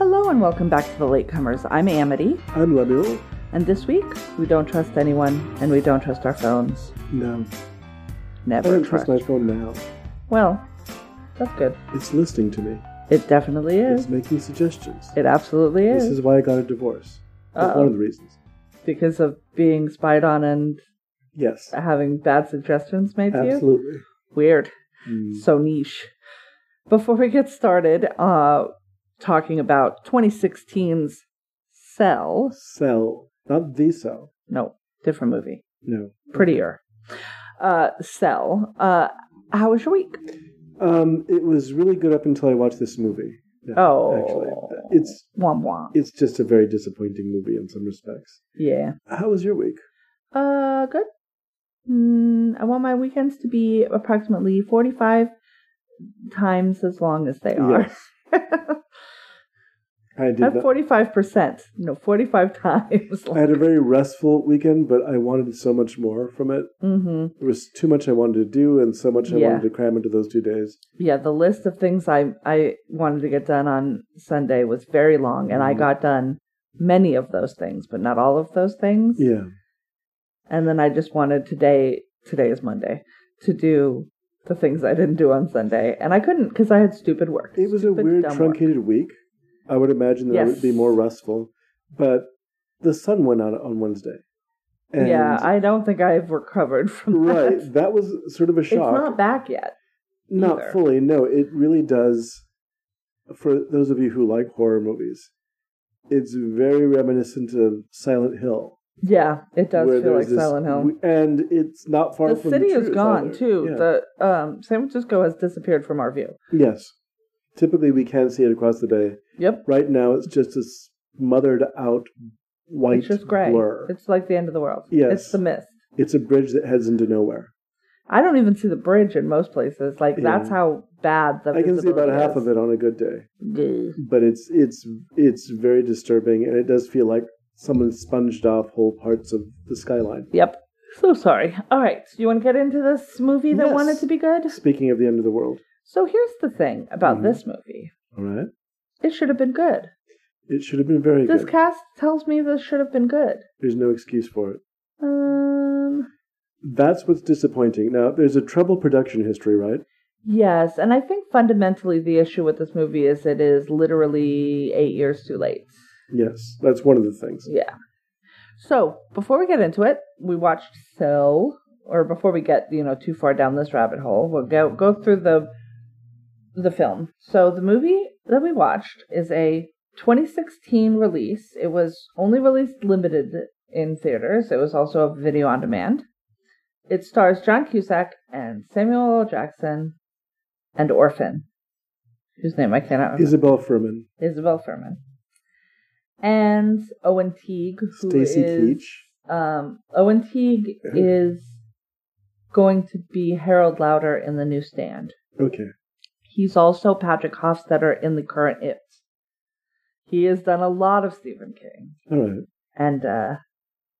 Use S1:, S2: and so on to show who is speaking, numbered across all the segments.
S1: and welcome back to The Latecomers. I'm Amity,
S2: I'm Lemuel.
S1: and this week we don't trust anyone and we don't trust our phones.
S2: No, I
S1: Never
S2: don't trust
S1: trust.
S2: my phone now.
S1: Well, that's good.
S2: It's listening to me.
S1: It definitely is.
S2: It's making suggestions.
S1: It absolutely
S2: This
S1: is.
S2: is why I got a divorce. That's
S1: Uh-oh.
S2: one of the reasons.
S1: because of being spied on and
S2: Yes,
S1: having bad suggestions made to you.
S2: absolutely.
S1: Weird.
S2: Mm.
S1: So niche. Before we get started, uh, talking about 2016's Cell.
S2: Cell, not the cell.
S1: No, different movie.
S2: No.
S1: prettier. Uh, Cell. Uh, how was your week?
S2: Um, it was really good up until I watched this movie. Yeah,
S1: Oh.
S2: actually, it's
S1: Womp womp.
S2: it's just a very disappointing movie in some respects.
S1: Yeah.
S2: How was your week?
S1: Uh, good. Mm, I want my weekends to be approximately 45 times as long as they are.
S2: Yes, I did.
S1: At
S2: That.
S1: 45%. No, 45 times.
S2: I had a very restful weekend, but I wanted so much more from it.
S1: mm-hmm.
S2: There was too much I wanted to do, and so much I
S1: Yeah.
S2: wanted to cram into those two days.
S1: Yeah, the list of things I, I wanted to get done on Sunday was very long, and I
S2: Mhm.
S1: got done many of those things, but not all of those things.
S2: Yeah.
S1: and then I just wanted today today is Monday to do the things I didn't do on Sunday, and I couldn't because I had stupid work.
S2: It was a
S1: Stupid,
S2: weird
S1: dumb
S2: truncated week. I would imagine that it would be
S1: Yes.
S2: more restful. But the sun went out on Wednesday.
S1: work.
S2: And
S1: yeah, I don't think I've recovered from that.
S2: right. That was sort of a
S1: It's not
S2: shock.
S1: back yet.
S2: Not,
S1: either.
S2: fully. No, it really does. For those of you who like horror movies, it's very reminiscent of Silent Hill.
S1: Yeah, it does
S2: where
S1: feel like
S2: there's this-
S1: Silent Hill.
S2: and it's not far
S1: the
S2: from
S1: city is
S2: truth
S1: gone
S2: either.
S1: too.
S2: Yeah.
S1: The um, San Francisco has disappeared from our view.
S2: yes. Typically, we can see it across the bay.
S1: Yep,
S2: Right now, it's just a smothered out white
S1: it's just gray.
S2: blur.
S1: It's like the end of the world.
S2: Yes.
S1: it's the mist.
S2: It's a bridge that heads into nowhere.
S1: I don't even see the bridge in most places. Like
S2: Yeah.
S1: that's how bad the
S2: I can see about half of it on a good day,
S1: it.
S2: but it's it's it's very disturbing, and it does feel like someone sponged off whole parts of the skyline.
S1: Yep. So sorry. All right. So you want to get into this movie that
S2: Yes.
S1: wanted to be good?
S2: Speaking of the end of the world,
S1: So here's the thing about
S2: Mhm.
S1: this movie.
S2: all right,
S1: It should have been good.
S2: it should have been very
S1: This
S2: good.
S1: cast tells me this should have been good.
S2: There's no excuse for it.
S1: Um
S2: That's what's disappointing. Now, there's a troubled production history, right?
S1: yes, and I think fundamentally the issue with this movie is it is literally 8 years too late.
S2: Yes, that's one of the things.
S1: Yeah. So, before we get into it, we watched Cell or before we get, you know, too far down this rabbit hole, we'll go go through the the film. So, the movie that we watched is a 2016 release. It was only released limited in theaters. It was also a video on demand. It stars John Cusack and Samuel L. Jackson and Orphan, whose name I cannot remember.
S2: Isabel Furman,
S1: Isabel Furman. And Owen Teague, who
S2: Stacy
S1: is-
S2: Keach,
S1: um, Owen Teague is going to be Harold Lauder in the new stand.
S2: okay,
S1: He's also Patrick Hofstadter in the current It. He has done a lot of Stephen King.
S2: all right,
S1: And uh,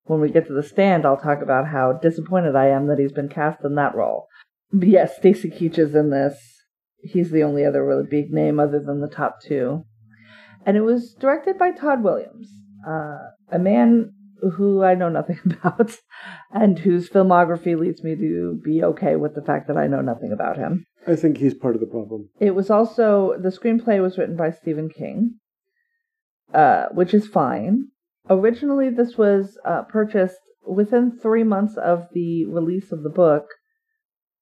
S1: when we get to the stand, I'll talk about how disappointed I am that he's been cast in that role. But yes, Stacy Keach is in this. He's the only other really big name other than the top two. And it was directed by Todd Williams, uh, a man who I know nothing about and whose filmography leads me to be okay with the fact that I know nothing about him.
S2: I think he's part of the problem.
S1: It was also the screenplay was written by Stephen King, uh, which is fine. Originally, this was uh, purchased within three months of the release of the book,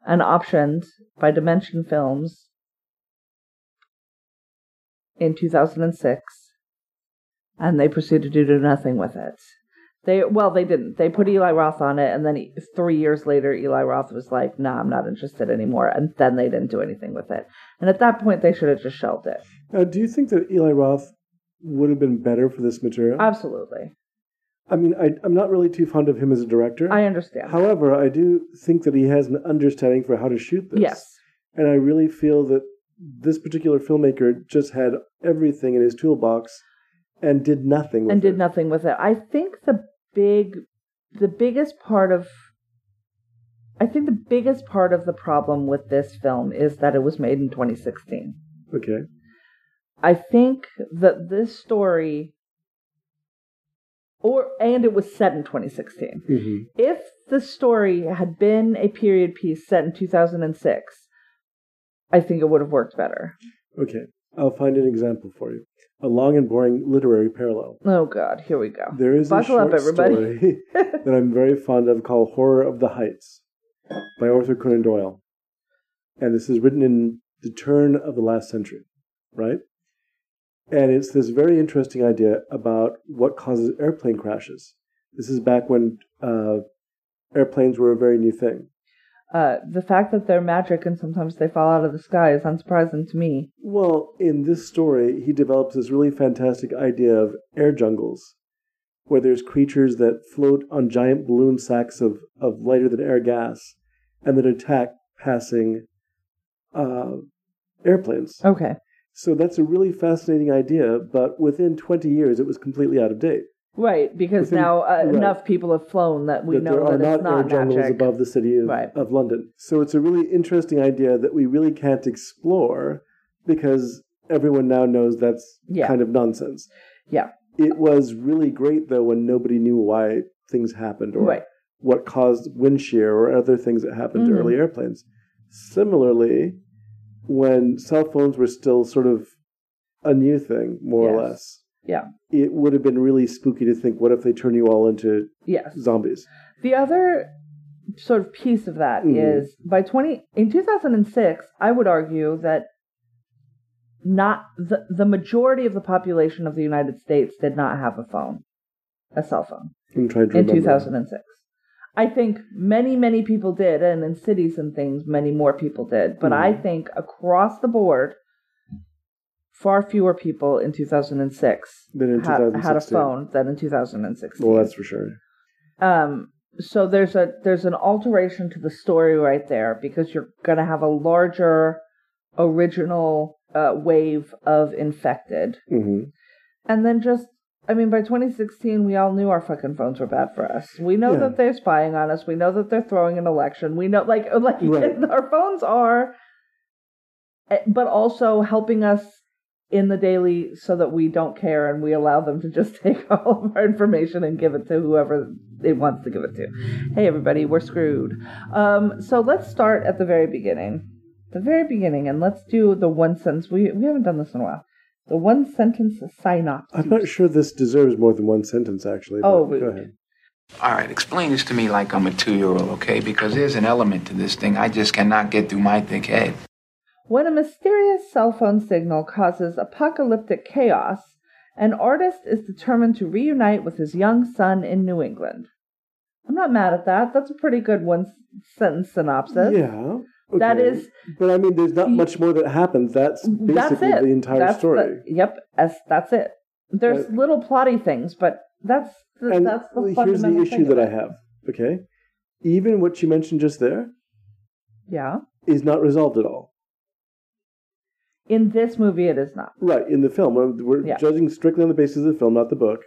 S1: and optioned by Dimension Films in 2006, and they proceeded to do nothing with it. They well, they didn't. They put Eli Roth on it, and then he- three years later, Eli Roth was like, "No, nah, I'm not interested anymore," and then they didn't do anything with it. And at that point, they should have just shelved it.
S2: Now, Uh, do you think that Eli Roth would have been better for this material?
S1: Absolutely,
S2: I mean, I, I'm not really too fond of him as a director.
S1: I understand.
S2: However, I do think that he has an understanding for how to shoot this.
S1: yes,
S2: And I really feel that this particular filmmaker just had everything in his toolbox and did nothing with
S1: and
S2: it.
S1: did nothing with it. I think the big, the biggest part of, I think the biggest part of the problem with this film is that it was made in 2016.
S2: Okay.
S1: I think that this story, or and it was set in 2016.
S2: Mm-hmm.
S1: If the story had been a period piece set in 2006, I think it would have worked better.
S2: Okay, I'll find an example for you. A long and boring literary parallel.
S1: Oh God, here we go.
S2: There is
S1: Buckle
S2: a
S1: up,
S2: short
S1: everybody.
S2: story that I'm very fond of called Horror of the Heights by Arthur Conan Doyle. And this is written in the turn of the last century, right? And it's this very interesting idea about what causes airplane crashes. This is back when uh, airplanes were a very new thing.
S1: Uh, the fact that they're magic and sometimes they fall out of the sky is unsurprising to me.
S2: Well, in this story, he develops this really fantastic idea of air jungles, where there's creatures that float on giant balloon sacks of, of lighter than air gas and then attack passing uh, airplanes.
S1: Okay.
S2: So that's a really fascinating idea, but within 20 years, it was completely out of date.
S1: Right, because
S2: Within-
S1: now uh,
S2: right.
S1: enough people have flown that we
S2: that
S1: know
S2: there are
S1: that it's
S2: not air
S1: not
S2: jungles
S1: magic.
S2: above the city of,
S1: Right.
S2: of London. So it's a really interesting idea that we really can't explore because everyone now knows that's
S1: Yeah.
S2: kind of nonsense.
S1: Yeah.
S2: It was really great though when nobody knew why things happened or
S1: Right.
S2: what caused wind shear or other things that happened
S1: Mhm.
S2: to early airplanes. Similarly, when cell phones were still sort of a new thing, more or
S1: Yes.
S2: less.
S1: Yeah.
S2: It would have been really spooky to think, what if they turn you all into
S1: Yes.
S2: zombies?
S1: The other sort of piece of that is
S2: Mhm.
S1: by 20 in 2006 I would argue that not the, the majority of the population of the United States did not have a phone a cell phone
S2: I'm trying to
S1: in
S2: remember.
S1: 2006 I think many many people did and in cities and things many more people did but I
S2: Mhm.
S1: think across the board far fewer people in 2006
S2: Than in
S1: ha- had a
S2: 2016.
S1: phone than in 2016
S2: Well, that's for sure.
S1: um so there's a there's an alteration to the story right there because you're going to have a larger original uh, wave of infected
S2: hmm
S1: and then just i mean by 2016 we all knew our fucking phones were bad for us we know
S2: Yeah.
S1: that they're spying on us we know that they're throwing an election we know like like
S2: Right.
S1: our phones are eh, but also helping us in the daily so that we don't care and we allow them to just take all of our information and give it to whoever it wants to give it to hey everybody we're screwed um, so let's start at the very beginning the very beginning and let's do the one sentence we, we haven't done this in a while the one sentence synopsis
S2: I'm not sure this deserves more than one sentence, actually. but
S1: Oh,
S2: go
S1: rude.
S2: ahead.
S3: All right, explain this to me like I'm a two year old, okay? Because there's an element to this thing I just cannot get through my thick head.
S1: When a mysterious cell phone signal causes apocalyptic chaos, an artist is determined to reunite with his young son in New England. I'm not mad at that. That's a pretty good one s- sentence synopsis.
S2: Yeah.
S1: That
S2: okay.
S1: is-
S2: But I mean, there's not much more that happens. That's basically
S1: that's it.
S2: the entire
S1: That's the-
S2: story.
S1: yep, as, that's it. There's
S2: That-
S1: little plotty things, but that's the,
S2: and
S1: that's the
S2: here's
S1: fundamental
S2: the
S1: thing
S2: issue that
S1: of
S2: I
S1: it.
S2: have, okay? Even what you mentioned just there
S1: Yeah,
S2: is not resolved at all.
S1: in this movie, it is not.
S2: Right, in the film. We're, we're
S1: Yeah.
S2: judging strictly on the basis of the film, not the book.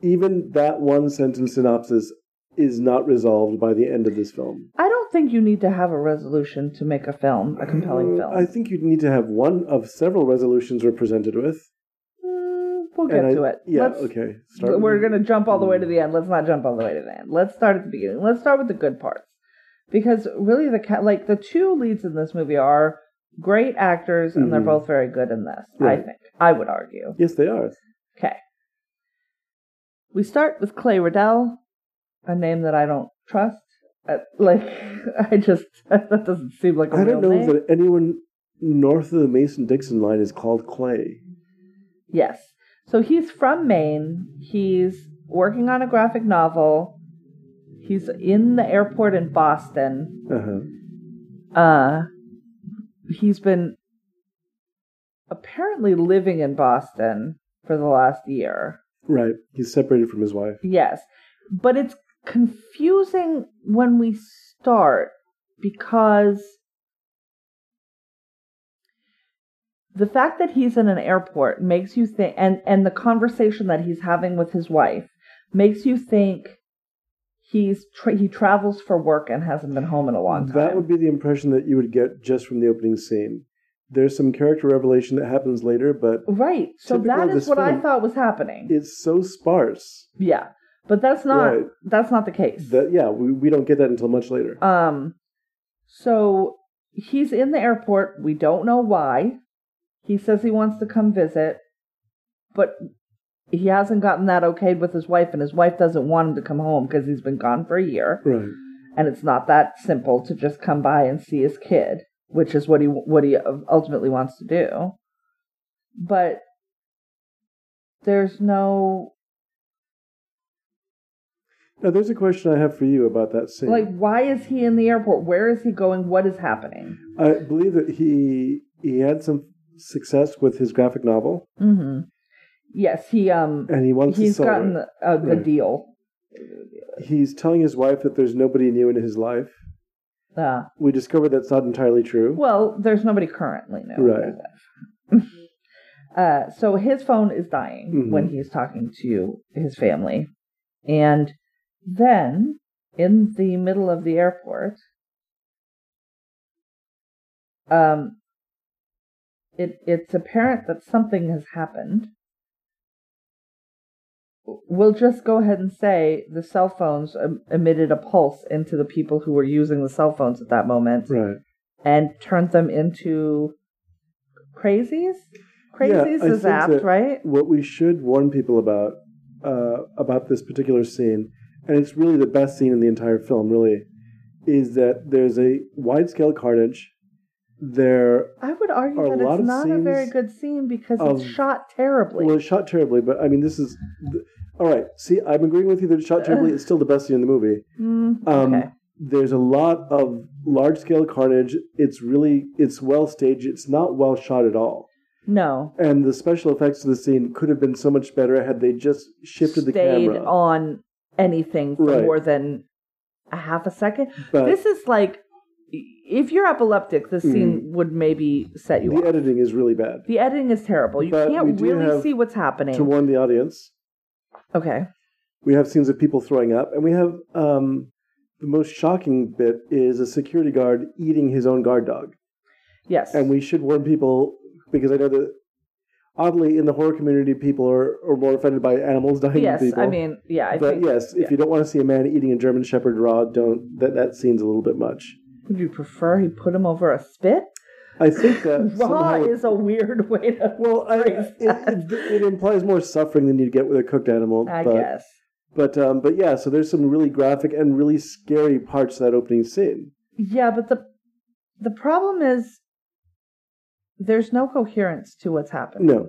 S2: Even that one sentence synopsis is not resolved by the end of this film.
S1: I don't think you need to have a resolution to make a film, a compelling
S2: Uh,
S1: film.
S2: I think you'd need to have one of several resolutions we're presented with.
S1: Mm, we'll get
S2: And I-
S1: to it.
S2: Yeah,
S1: Let's-
S2: okay.
S1: But
S2: Start
S1: we're
S2: with- Mm.
S1: going to jump all the way to the end. Let's not jump all the way to the end. Let's start at the beginning. Let's start with the good parts. Because really the ca- like the two leads in this movie are great actors and they're
S2: Mhm.
S1: both very good in this, I
S2: Right.
S1: think. I would argue.
S2: Yes, they are.
S1: Okay. We start with Clay Riddell, a name that I don't trust. Uh, like I just that doesn't seem like a
S2: I
S1: real
S2: don't know
S1: name.
S2: that anyone north of the Mason Dixon line is called Clay.
S1: Yes. So he's from Maine. He's working on a graphic novel. He's in the airport in Boston.
S2: Uh-huh.
S1: Uh, he's been apparently living in Boston for the last year.
S2: Right. He's separated from his wife.
S1: Yes. But it's confusing when we start because the fact that he's in an airport makes you think and and the conversation that he's having with his wife makes you think he's tra- he travels for work and hasn't been home in a long time.
S2: That would be the impression that you would get just from the opening scene. There's some character revelation that happens later, but
S1: Right. So
S2: Typical
S1: that
S2: of
S1: is
S2: this
S1: what I
S2: film.
S1: thought was happening.
S2: it's so sparse
S1: yeah. But that's not
S2: Right.
S1: that's not the case.
S2: that yeah, we, we don't get that until much later.
S1: um so he's in the airport. We don't know why. He says he wants to come visit, but he hasn't gotten that okayed with his wife and his wife doesn't want him to come home because he's been gone for a year.
S2: Right.
S1: and it's not that simple to just come by and see his kid, which is what he what he ultimately wants to do. But there's no
S2: Now there's a question I have for you about that scene.
S1: like why is he in the airport? Where is he going? What is happening?
S2: I believe that he he had some success with his graphic novel,
S1: hmm Yes, he um
S2: and he wants
S1: he's
S2: to sell
S1: gotten
S2: it.
S1: a, a
S2: Right.
S1: deal.
S2: He's telling his wife that there's nobody new in his life.
S1: Uh,
S2: We discover that's not entirely true.
S1: well, there's nobody currently now.
S2: Right.
S1: Uh, so his phone is dying
S2: Mhm.
S1: when he's talking to his family. And then in the middle of the airport, um, it, it's apparent that something has happened. We'll just go ahead and say the cell phones em- emitted a pulse into the people who were using the cell phones at that moment
S2: Right.
S1: and turned them into crazies. Crazies
S2: I
S1: is
S2: think
S1: apt,
S2: that-
S1: right?
S2: What we should warn people about uh, about this particular scene, and it's really the best scene in the entire film, really, is that there's a wide scale carnage. There
S1: I would argue
S2: are a
S1: that
S2: lot
S1: it's
S2: of
S1: not a very
S2: scenes
S1: good scene because
S2: of-
S1: it's shot terribly.
S2: Well, it shot terribly, but I mean, this is. th- All right. See, I'm agreeing with you that it shot terribly. It's still the best scene in the movie.
S1: Mm,
S2: Um,
S1: okay.
S2: There's a lot of large scale carnage. It's really, it's well staged. It's not well shot at all.
S1: No.
S2: And the special effects of the scene could have been so much better had they just shifted the
S1: Stayed
S2: camera.
S1: on anything for
S2: Right.
S1: more than a half a second.
S2: but
S1: this is like if you're epileptic, this scene would maybe set you
S2: Mm. the
S1: up.
S2: editing is really bad.
S1: the editing is terrible. You
S2: But we
S1: can't
S2: do
S1: really
S2: have
S1: see what's happening.
S2: To warn the audience,
S1: okay.
S2: we have scenes of people throwing up, and we have um, the most shocking bit is a security guard eating his own guard dog.
S1: Yes.
S2: and we should warn people because I know that oddly in the horror community, people are, are more offended by animals dying
S1: yes.
S2: than people.
S1: I mean, yeah. I
S2: but
S1: think
S2: yes, if you don't want to see a man eating a German Shepherd raw, don't. That that seems a little bit much.
S1: would you prefer he put him over a spit?
S2: I think that
S1: Raw
S2: somehow-
S1: is a weird way to.
S2: well, I,
S1: phrase
S2: it, it, it implies more suffering than you would get with a cooked animal.
S1: I
S2: but,
S1: guess.
S2: But um, but yeah, so there's some really graphic and really scary parts to that opening scene.
S1: Yeah, but the the problem is there's no coherence to what's happened.
S2: No,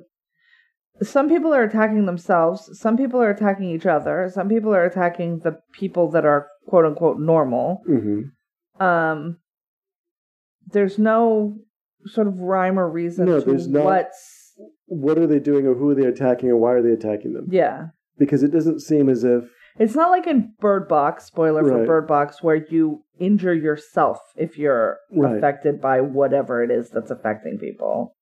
S1: Some people are attacking themselves. Some people are attacking each other. Some people are attacking the people that are quote unquote normal.
S2: hmm
S1: Um, there's no sort of rhyme or reason
S2: No,
S1: to
S2: there's not-
S1: what's
S2: what are they doing, or who are they attacking, or why are they attacking them?
S1: yeah.
S2: Because it doesn't seem as if
S1: It's not like in Bird Box, spoiler for
S2: Right.
S1: Bird Box, where you injure yourself if you're
S2: Right.
S1: affected by whatever it is that's affecting people.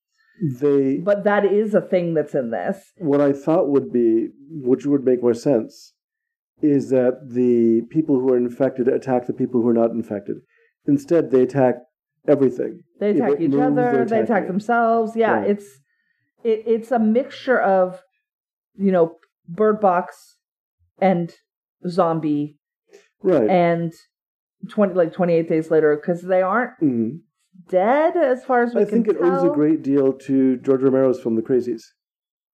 S2: they
S1: But that is a thing that's in this.
S2: what I thought would be, which would make more sense, is that the people who are infected attack the people who are not infected. Instead, they attack everything.
S1: They
S2: If
S1: attack
S2: it
S1: each
S2: moves,
S1: other,
S2: they're
S1: they attack
S2: attacking.
S1: themselves. Yeah,
S2: Right.
S1: it's it, it's a mixture of you know, Bird Box and zombie
S2: Right.
S1: and 20 like 28 days later cuz they aren't
S2: Mhm.
S1: dead as far as we
S2: I
S1: can
S2: think it owes a
S1: tell.
S2: great deal to George Romero's film, The Crazies.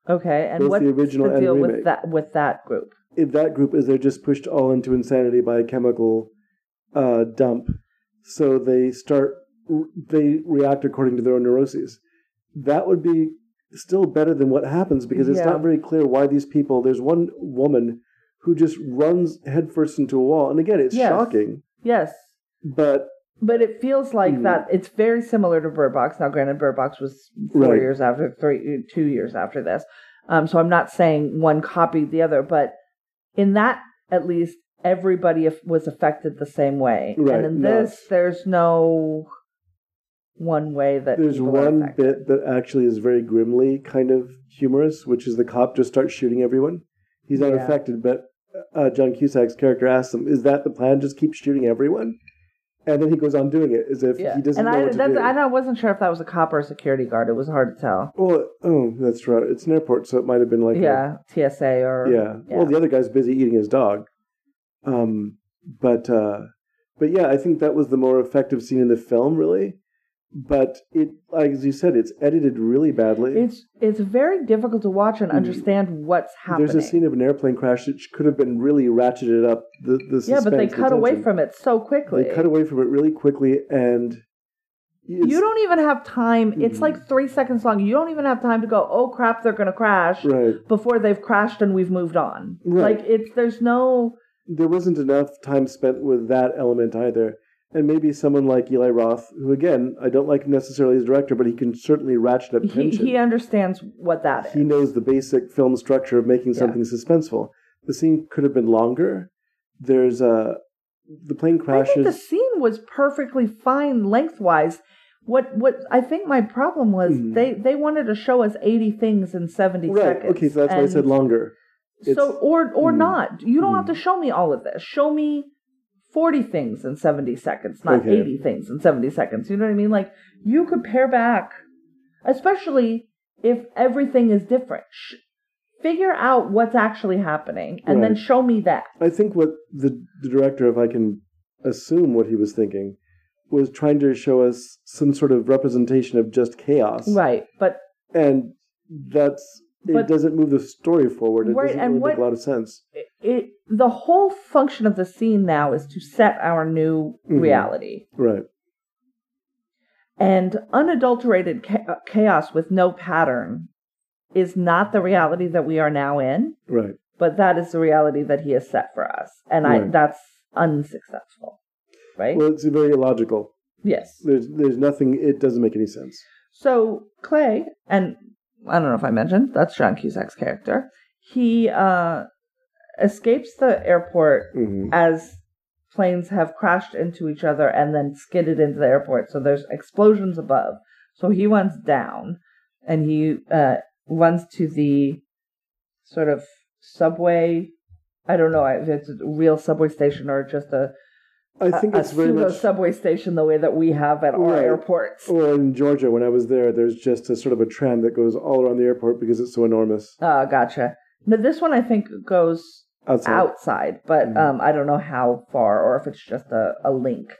S1: Okay, and
S2: both
S1: what's
S2: the
S1: the,
S2: original and
S1: deal with
S2: remake.
S1: that with that group?
S2: If that group is they're just pushed all into insanity by a chemical uh, dump, so they start they react according to their own neuroses. That would be still better than what happens because it's
S1: Yeah.
S2: not very clear why these people. There's one woman who just runs headfirst into a wall, and again, it's
S1: Yes.
S2: shocking.
S1: Yes,
S2: But
S1: but it feels like
S2: Mhm.
S1: that. It's very similar to Bird Box. Now, granted, Bird Box was four
S2: Right.
S1: years after, three, two years after this. Um, so I'm not saying one copied the other, but in that, at least, everybody af- was affected the same way.
S2: Right,
S1: And in
S2: no,
S1: this, there's no one way that
S2: there's
S1: people are
S2: one
S1: affected.
S2: bit that actually is very grimly kind of humorous, which is the cop just starts shooting everyone. He's not
S1: Yeah.
S2: affected, but uh, John Cusack's character asks him, "Is that the plan? Just keep shooting everyone?" and then he goes on doing it as if
S1: Yeah.
S2: he doesn't
S1: And
S2: know
S1: I,
S2: what to
S1: that's,
S2: do.
S1: I wasn't sure if that was a cop or a security guard. It was hard to tell.
S2: Well, oh, that's right. It's an airport, so it might have been like a-
S1: yeah, TSA or
S2: yeah. Well, the other guy's busy eating his dog. Um, but uh, but yeah, I think that was the more effective scene in the film, really. But it, like as you said, it's edited really badly.
S1: it's it's very difficult to watch and
S2: Mm.
S1: understand what's happening.
S2: There's a scene of an airplane crash that could have been really ratcheted up. The, the
S1: yeah, but they
S2: suspense, the
S1: cut away
S2: tension.
S1: from it so quickly.
S2: They cut away from it really quickly, and it's-
S1: you don't even have time. It's
S2: Mhm.
S1: like three seconds long. You don't even have time to go. Oh crap, they're gonna crash
S2: right.
S1: before they've crashed and we've moved on.
S2: Right.
S1: Like it's there's no
S2: there wasn't enough time spent with that element either. And maybe someone like Eli Roth, who again I don't like necessarily as a director, but he can certainly ratchet up
S1: he,
S2: tension.
S1: he understands what that is.
S2: He knows the basic film structure of making
S1: Yeah.
S2: something suspenseful. The scene could have been longer. There's a the plane
S1: I
S2: crashes.
S1: think the scene was perfectly fine lengthwise. What what I think my problem was
S2: Mhm.
S1: they they wanted to show us eighty things in seventy
S2: right.
S1: seconds.
S2: Okay, so that's why I
S1: and
S2: said longer.
S1: So
S2: It's-
S1: or or
S2: Mm.
S1: not, you don't
S2: Mm.
S1: have to show me all of this. Show me forty things in seventy seconds, not
S2: Okay.
S1: eighty things in seventy seconds. You know what I mean? Like you could pare back, especially if everything is different. Sh- Figure out what's actually happening, and then
S2: Right.
S1: show me that.
S2: I think what the, the director, if I can assume what he was thinking, was trying to show us some sort of representation of just chaos.
S1: Right, but
S2: and that's it
S1: But-
S2: doesn't move the story forward. It
S1: Right,
S2: doesn't
S1: and
S2: really make a
S1: what-
S2: lot of sense.
S1: it the whole function of the scene now is to set our new
S2: Mhm.
S1: reality
S2: Right.
S1: and unadulterated cha- uh, chaos with no pattern is not the reality that we are now in
S2: Right.
S1: but that is the reality that he has set for us and i
S2: Right.
S1: that's unsuccessful right
S2: Well, it's very illogical.
S1: yes
S2: There's there's nothing. It doesn't make any sense.
S1: so clay and i don't know if i mentioned that's john cusack's character he uh escapes the airport
S2: hmm
S1: as planes have crashed into each other and then skidded into the airport. So there's explosions above. So he runs down and he uh, runs to the sort of subway. I don't know if it's a real subway station or just a,
S2: I think
S1: a-
S2: it's
S1: a
S2: very
S1: pseudo
S2: much.
S1: subway station the way that we have at our
S2: Right.
S1: airports.
S2: or in Georgia, when I was there, there's just a sort of a tram that goes all around the airport because it's so enormous
S1: Uh, gotcha. Now this one I think goes
S2: outside.
S1: outside, but
S2: Mhm.
S1: um, I don't know how far or if it's just a, a link.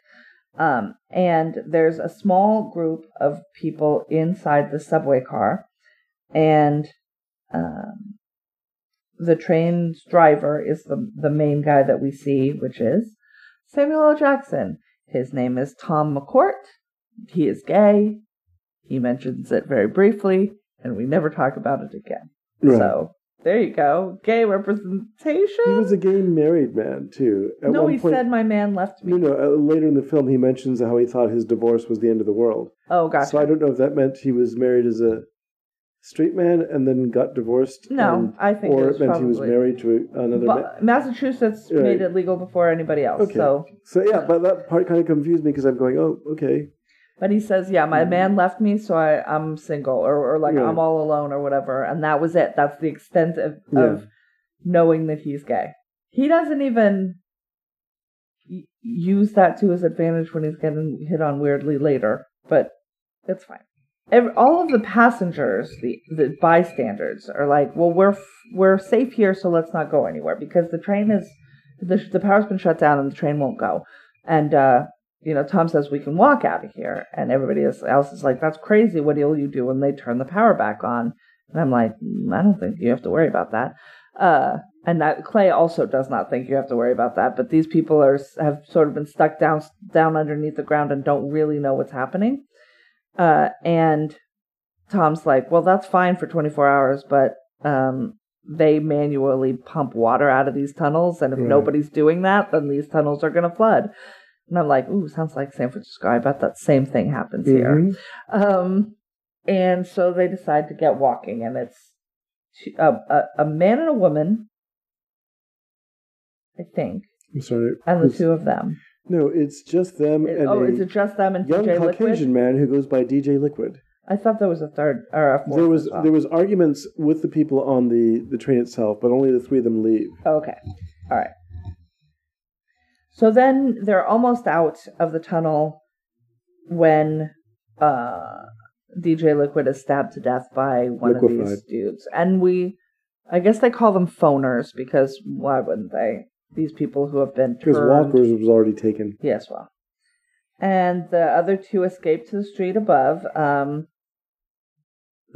S1: Um, and there's a small group of people inside the subway car, and um, the train's driver is the the main guy that we see, which is Samuel L. Jackson. His name is Tom McCourt. He is gay. He mentions it very briefly, and we never talk about it again.
S2: Right.
S1: So there you go. Gay representation.
S2: he was a gay married man too. At
S1: no,
S2: one
S1: he
S2: point,
S1: said my man left me.
S2: No, no. uh, Later in the film, he mentions how he thought his divorce was the end of the world.
S1: Oh, gotcha.
S2: So I don't know if that meant he was married as a straight man and then got divorced. and-
S1: no, I think
S2: or
S1: it
S2: it,
S1: was
S2: meant
S1: probably.
S2: he was married to another
S1: But
S2: man.
S1: Massachusetts
S2: Right.
S1: made it legal before anybody else.
S2: Okay.
S1: So,
S2: So yeah, but that part kind of confused me because I'm going, oh, okay,
S1: but he says, yeah, my man left me, so I I'm single or or like
S2: Right.
S1: I'm all alone or whatever, and that was it. That's the extent of
S2: Yeah.
S1: of knowing that he's gay. He doesn't even y- use that to his advantage when he's getting hit on weirdly later, but it's fine. Every, all of the passengers, the, the bystanders, are like, "Well, we're f- we're safe here, so let's not go anywhere because the train is the the power's been shut down and the train won't go." And uh, you know, Tom says we can walk out of here, and everybody else- else is like, "That's crazy! What will you do when they turn the power back on?" And I'm like, "Mm, "I don't think you have to worry about that." Uh, and that Clay also does not think you have to worry about that. But these people are have sort of been stuck down down underneath the ground and don't really know what's happening. Uh, and Tom's like, "Well, that's fine for 24 hours, but um, they manually pump water out of these tunnels, and if
S2: Right.
S1: nobody's doing that, then these tunnels are going to flood." And I'm like, "Ooh, sounds like San Francisco. I bet that same thing happens here."
S2: Mhm.
S1: Um, and so they decide to get walking, and it's two, a, a a man and a woman, I think,
S2: I'm sorry.
S1: and the
S2: It's-
S1: two of them.
S2: No, it's just them
S1: It-
S2: and
S1: oh,
S2: a
S1: is it just them and
S2: young
S1: DJ
S2: Caucasian
S1: Liquid?
S2: man who goes by DJ Liquid.
S1: I thought there was a third or a fourth.
S2: There was
S1: as well.
S2: there was arguments with the people on the the train itself, but only the three of them leave.
S1: Okay. All right. So then they're almost out of the tunnel when uh, DJ Liquid is stabbed to death by one of
S2: Liquefied.
S1: these dudes. And we, I guess they call them phoners because why wouldn't they? These people who have been
S2: Because
S1: turned-
S2: Walker's was already taken.
S1: Yes, well. And the other two escape to the street above. Um,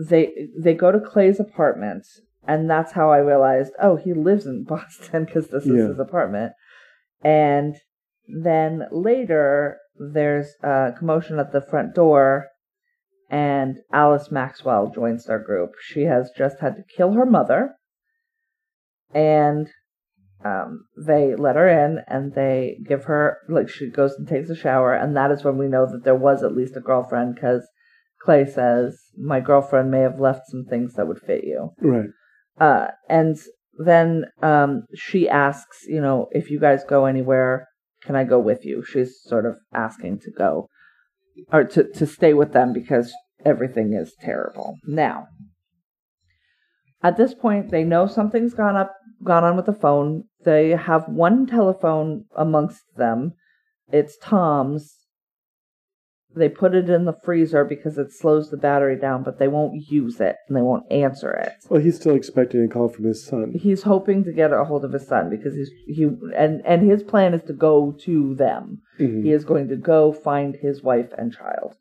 S1: they they go to Clay's apartment, and that's how I realized, oh, he lives in Boston because this
S2: Yeah.
S1: is his apartment. And then later, there's a commotion at the front door, and Alice Maxwell joins their group. She has just had to kill her mother, and um, they let her in and they give her like she goes and takes a shower and that is when we know that there was at least a girlfriend because clay says my girlfriend may have left some things that would fit you
S2: Right.
S1: uh, and then um, she asks, you know, if you guys go anywhere, can I go with you? She's sort of asking to go or to, to stay with them because everything is terrible. Now, at this point, they know something's gone up, gone on with the phone. They have one telephone amongst them. It's Tom's. They put it in the freezer because it slows the battery down, but they won't use it and they won't answer it
S2: Well, he's still expecting a call from his son.
S1: he's hoping to get a hold of his son because he's he and and his plan is to go to them.
S2: Mhm.
S1: He is going to go find his wife and child.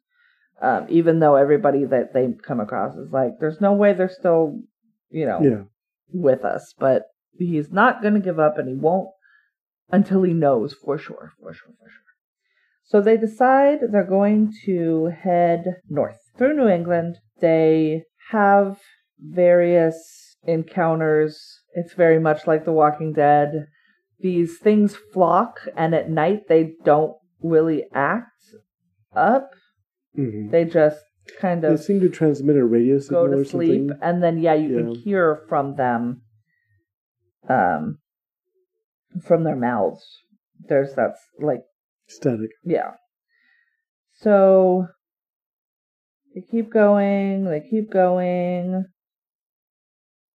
S1: Um, even though everybody that they come across is like, there's no way they're still, you know,
S2: Yeah.
S1: with us, but he's not going to give up and he won't until he knows for sure, for sure, for sure. So they decide they're going to head north through New England. They have various encounters. It's very much like The Walking Dead. These things flock, and at night they don't really act up.
S2: hmm
S1: They just kind
S2: They
S1: of
S2: seem to transmit a radio signal
S1: go to
S2: or
S1: sleep
S2: something.
S1: and then yeah you can
S2: Yeah.
S1: hear from them um from their mouths there's that s- like
S2: Static.
S1: yeah so they keep going they keep going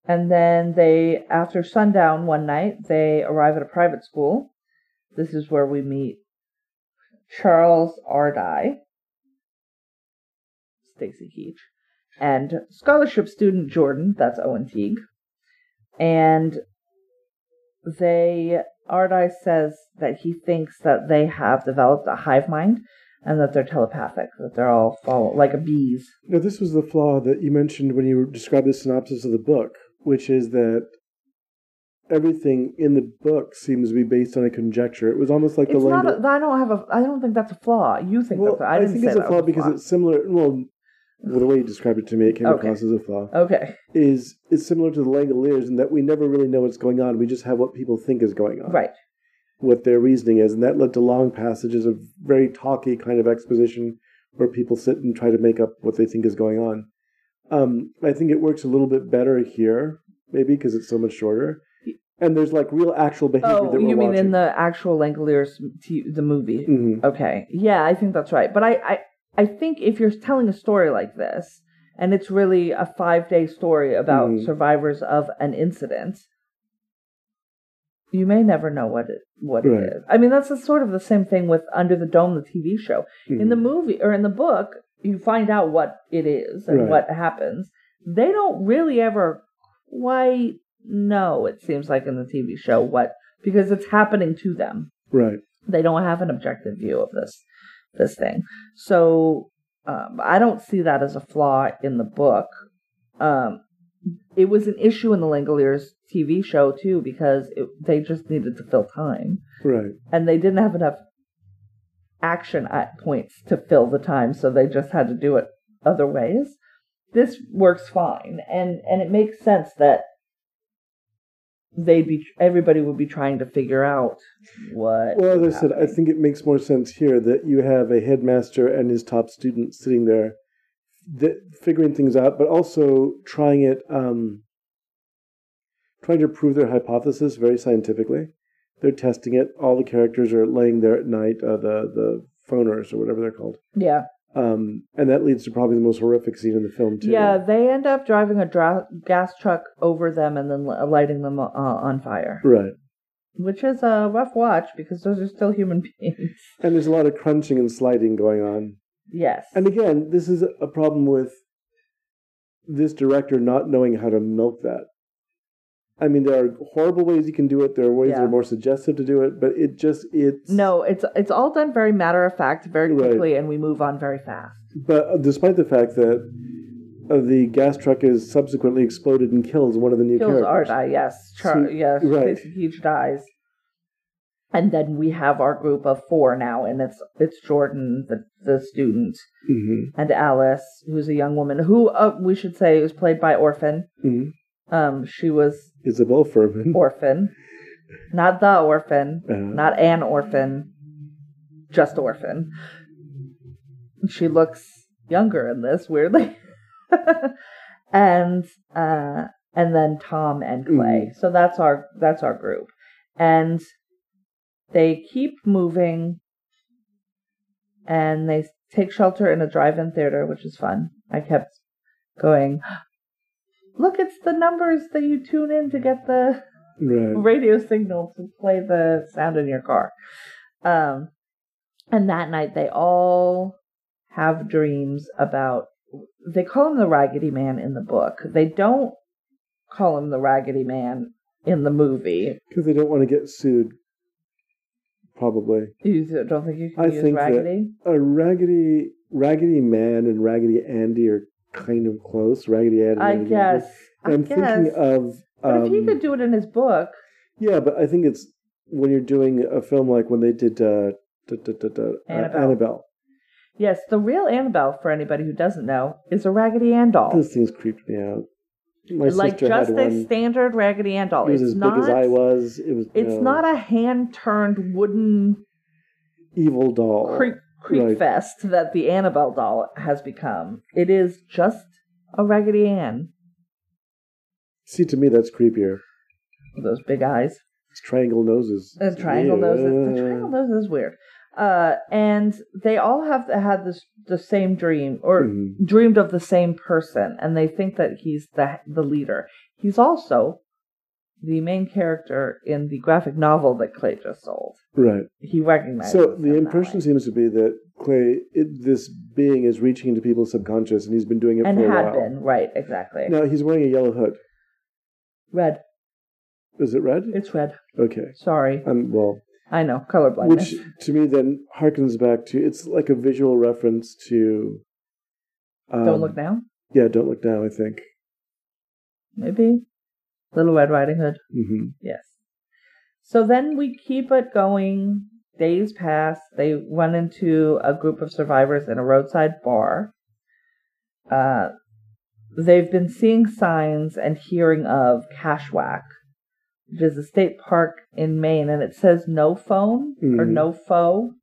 S1: and then they after sundown one night they arrive at a private school this is where we meet charles ardi stacy keach and scholarship student Jordan, that's Owen Teague. And they, Ardai says that he thinks that they have developed a hive mind and that they're telepathic, that they're all follow, like a bees.
S2: Now, this was the flaw that you mentioned when you described the synopsis of the book, which is that everything in the book seems to be based on a conjecture. It was almost like
S1: it's
S2: the
S1: not,
S2: language.
S1: a, I don't have a, I don't think that's a flaw. You think
S2: well,
S1: that's a, I didn't
S2: think
S1: say
S2: it's a
S1: that
S2: flaw
S1: was
S2: because it's similar. Well, the way you described it to me, it came
S1: Okay.
S2: across as a flaw.
S1: Okay,
S2: Is is similar to the Langoliers in that we never really know what's going on. We just have what people think is going on,
S1: right.
S2: what their reasoning is, and that led to long passages of very talky kind of exposition where people sit and try to make up what they think is going on. Um, I think it works a little bit better here, maybe because it's so much shorter, and there's like real actual behavior
S1: Oh,
S2: that we're
S1: you mean in
S2: watching.
S1: the actual Langoliers, t- the movie?
S2: Mhm.
S1: Okay. Yeah, I think that's right. But I, I, I think if you're telling a story like this, and it's really a five day story about
S2: Mhm.
S1: survivors of an incident, you may never know what it what
S2: Right.
S1: it is. I mean, that's the, sort of the same thing with Under the Dome, the TV show. In the
S2: Mm-hmm.
S1: movie or in the book, you find out what it is and
S2: Right.
S1: what happens. They don't really ever quite know. It seems like in the TV show what because it's happening to them
S2: mm-hmm. right,
S1: they don't have an objective view of this this thing so um, i don't see that as a flaw in the book um, it was an issue in the langoliers tv show too because it, they just needed to fill time
S2: right,
S1: and they didn't have enough action at points to fill the time so they just had to do it other ways this works fine and and it makes sense that they'd be everybody would be trying to figure out what
S2: Well,
S1: was
S2: as I said, I
S1: happening.
S2: think it makes more sense here that you have a headmaster and his top student sitting there, th- figuring things out, but also trying it, um, trying to prove their hypothesis very scientifically. They're testing it. All the characters are laying there at night. Uh, the the phoners or whatever they're called,
S1: yeah
S2: um, and that leads to probably the most horrific scene in the film too.
S1: Yeah, they end up driving a dra- gas truck over them and then li- lighting them uh, on fire.
S2: right.
S1: which is a rough watch because those are still human beings.
S2: And there's a lot of crunching and sliding going on.
S1: yes.
S2: And again, this is a problem with this director not knowing how to milk that. I mean, there are horrible ways you can do it. There are ways that are
S1: Yeah.
S2: more suggestive to do it, but it just it's
S1: no, it's it's all done very matter of fact, very
S2: Right.
S1: quickly, and we move on very fast.
S2: But uh, despite the fact that uh, the gas truck is subsequently exploded and kills one of the new
S1: Kills
S2: characters,
S1: Ardi, yes. Char-
S2: So-
S1: yes,
S2: right.
S1: Huge dies. And then we have our group of four now, and it's it's Jordan, the the student,
S2: Mhm,
S1: and Alice, who's a young woman who uh, we should say was played by Orphan.
S2: mhm.
S1: Um, she was
S2: Isabel Furman,
S1: Orphan, not the Orphan,
S2: Uh,
S1: not an orphan, just orphan. She looks younger in this, weirdly. and uh, and then Tom and Clay. So that's our that's our group, and they keep moving, and they take shelter in a drive-in theater, which is fun. I kept going. Look, it's the numbers that you tune in to get the
S2: right?
S1: radio signal to play the sound in your car. Um, and that night they all have dreams about. They call him the Raggedy Man in the book. They don't call him the Raggedy Man in the movie.
S2: Because they don't want to get sued. Probably
S1: You don't think you can
S2: I
S1: use
S2: think that-
S1: Raggedy?
S2: a raggedy, raggedy man and raggedy Andy are kind of close. Raggedy Andy,
S1: I
S2: Raggedy
S1: guess.
S2: Andy.
S1: I
S2: I'm
S1: guess.
S2: thinking of.
S1: but if he
S2: um,
S1: could do it in his book,
S2: Yeah, but I think it's when you're doing a film like when they did uh, da, da, da, da, uh,
S1: Annabelle.
S2: Annabelle.
S1: yes, the real Annabelle, for anybody who doesn't know, is a Raggedy Ann doll.
S2: Those things creeped me out. My
S1: Like
S2: sister
S1: just
S2: had
S1: a
S2: one.
S1: standard Raggedy Ann doll.
S2: It was
S1: it's
S2: as
S1: not
S2: big as I was. It was.
S1: It's
S2: no,
S1: not a hand turned wooden
S2: evil doll.
S1: creep creep
S2: Oh, right.
S1: fest that the Annabelle doll has become. It is just a Raggedy Ann.
S2: See, to me, that's creepier.
S1: with Those big eyes.
S2: It's triangle noses.
S1: The triangle
S2: Yeah.
S1: nose. is- The triangle nose is weird. Uh, and they all have had this the same dream or
S2: Mhm.
S1: dreamed of the same person, and they think that he's the the leader. He's also the main character in the graphic novel that Clay just sold.
S2: Right.
S1: He recognizes.
S2: So the
S1: him that
S2: impression
S1: way.
S2: seems to be that Clay, it, this being, is reaching into people's subconscious, and he's been doing it
S1: and
S2: for a
S1: had
S2: while.
S1: been right exactly
S2: Now he's wearing a yellow hood.
S1: red.
S2: Is it red?
S1: It's red.
S2: Okay.
S1: Sorry.
S2: Um, well,
S1: I know, colorblindness.
S2: which to me then harkens back to it's like a visual reference to. Um,
S1: Don't look now.
S2: Yeah, don't look now. I think.
S1: Maybe. Little Red Riding Hood.
S2: hmm
S1: Yes. So then we keep it going. Days pass. They run into a group of survivors in a roadside bar. Uh, they've been seeing signs and hearing of Cashwhack, which is a state park in Maine, and it says no phone or
S2: Mhm.
S1: no foe.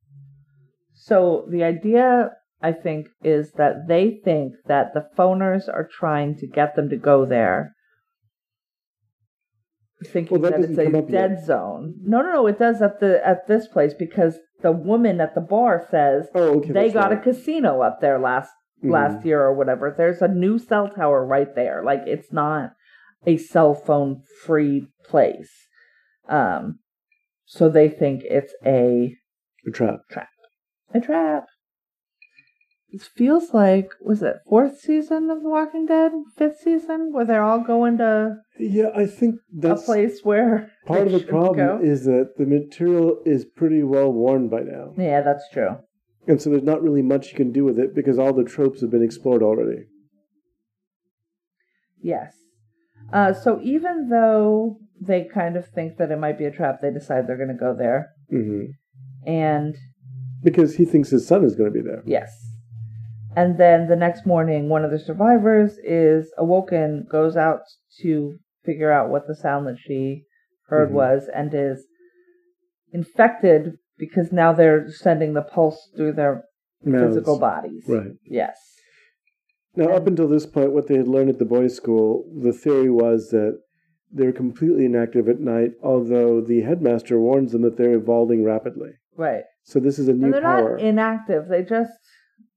S1: So the idea, I think, is that they think that the phoners are trying to get them to go there. Thinking
S2: Well, that
S1: that, it's
S2: doesn't come
S1: a
S2: up yet.
S1: dead zone. No, no, no. It does at the at this place because the woman at the bar says
S2: Oh, okay.
S1: they
S2: that's
S1: got a
S2: right.
S1: casino up there last
S2: Mhm.
S1: last year or whatever. There's a new cell tower right there. Like it's not a cell phone free place. Um, so they think it's a
S2: a trap.
S1: a trap. It feels like was it fourth season of The Walking Dead, fifth season, where they're all going to
S2: Yeah, I think
S1: a
S2: that's
S1: place where
S2: part
S1: they
S2: of the
S1: should
S2: problem
S1: go.
S2: is that the material is pretty well worn by now,
S1: yeah, that's true.
S2: and so there's not really much you can do with it because all the tropes have been explored already.
S1: Yes. Uh, so even though they kind of think that it might be a trap, they decide they're going to go there.
S2: Mm-hmm.
S1: And
S2: Because he thinks his son is going to be there.
S1: yes. And then the next morning, one of the survivors is awoken, goes out to figure out what the sound that she heard
S2: Mhm.
S1: was, and is infected because now they're sending the pulse through their
S2: Now
S1: physical
S2: it's-
S1: bodies.
S2: Right.
S1: Yes.
S2: Now, up
S1: And-
S2: until this point, what they had learned at the boys' school, the theory was that they're completely inactive at night, although the headmaster warns them that they're evolving rapidly.
S1: Right.
S2: So this is a new
S1: and they're
S2: power.
S1: not inactive. They just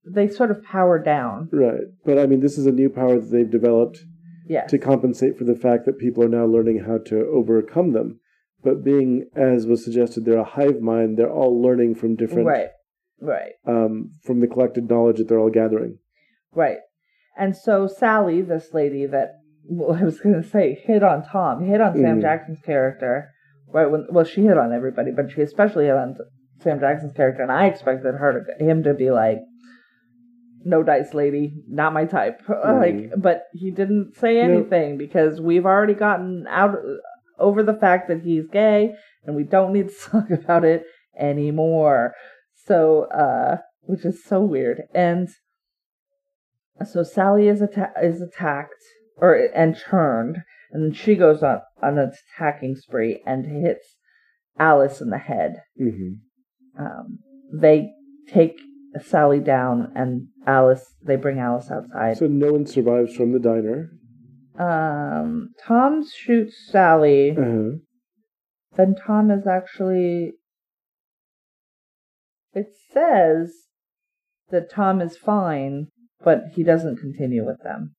S1: they sort of power down.
S2: right. But I mean, this is a new power that they've developed
S1: Yes.
S2: to compensate for the fact that people are now learning how to overcome them But being, as was suggested, they're a hive mind, they're all learning from different,
S1: Right. Right.
S2: um, from the collected knowledge that they're all gathering.
S1: Right. And so Sally, this lady that well, I was going to say hit on Tom, hit on Sam
S2: Mhm.
S1: Jackson's character. Right when well she hit on everybody, but she especially hit on Sam Jackson's character, and I expected her to, him to be like, "No dice, lady, not my type." Like, but he didn't say
S2: No.
S1: anything because we've already gotten out over the fact that he's gay, and we don't need to talk about it anymore. So, uh, which is so weird. And so Sally is atta- is attacked or and churned, and then she goes on on an attacking spree and hits Alice in the head
S2: Mm-hmm.
S1: um, they take Sally down and Alice. They bring Alice outside.
S2: So no one survives from the diner.
S1: Um, Tom shoots Sally.
S2: Uh-huh.
S1: Then Tom is actually. It says that Tom is fine, but he doesn't continue with them.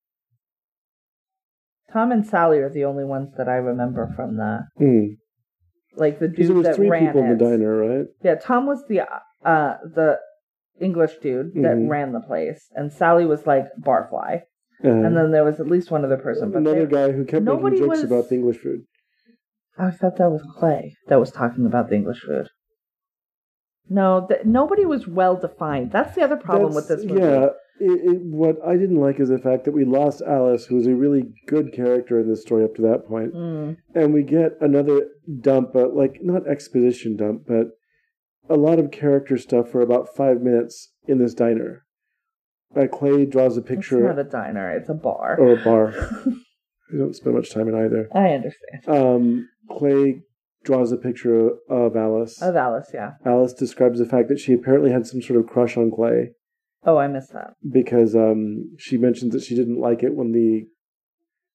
S1: Tom and Sally are the only ones that I remember from the
S2: Mm.
S1: like the
S2: Because there
S1: dude
S2: was
S1: that
S2: three
S1: ran
S2: people in the
S1: it.
S2: diner, right?
S1: Yeah, Tom was the uh the English dude that
S2: Mhm.
S1: ran the place, and Sally was like barfly,
S2: Uh-huh.
S1: and then there was at least one other person. But
S2: Another
S1: they-
S2: guy who kept
S1: nobody
S2: making jokes
S1: was-
S2: about the English food.
S1: I thought that was Clay that was talking about the English food. No, th- nobody was well defined. That's the other problem with
S2: That's-
S1: this movie.
S2: Yeah, it, it, what I didn't like is the fact that we lost Alice, who was a really good character in this story up to that point,
S1: Mm,
S2: and we get another dump, but like not exposition dump, but a lot of character stuff for about five minutes in this diner. Uh, Clay draws a
S1: it's
S2: picture
S1: not a diner; it's a bar.
S2: or a bar. we don't spend much time in either.
S1: I understand.
S2: Um, Clay draws a picture of Alice.
S1: Of Alice, yeah.
S2: Alice describes the fact that she apparently had some sort of crush on Clay
S1: Oh, I missed that.
S2: because um, she mentions that she didn't like it when the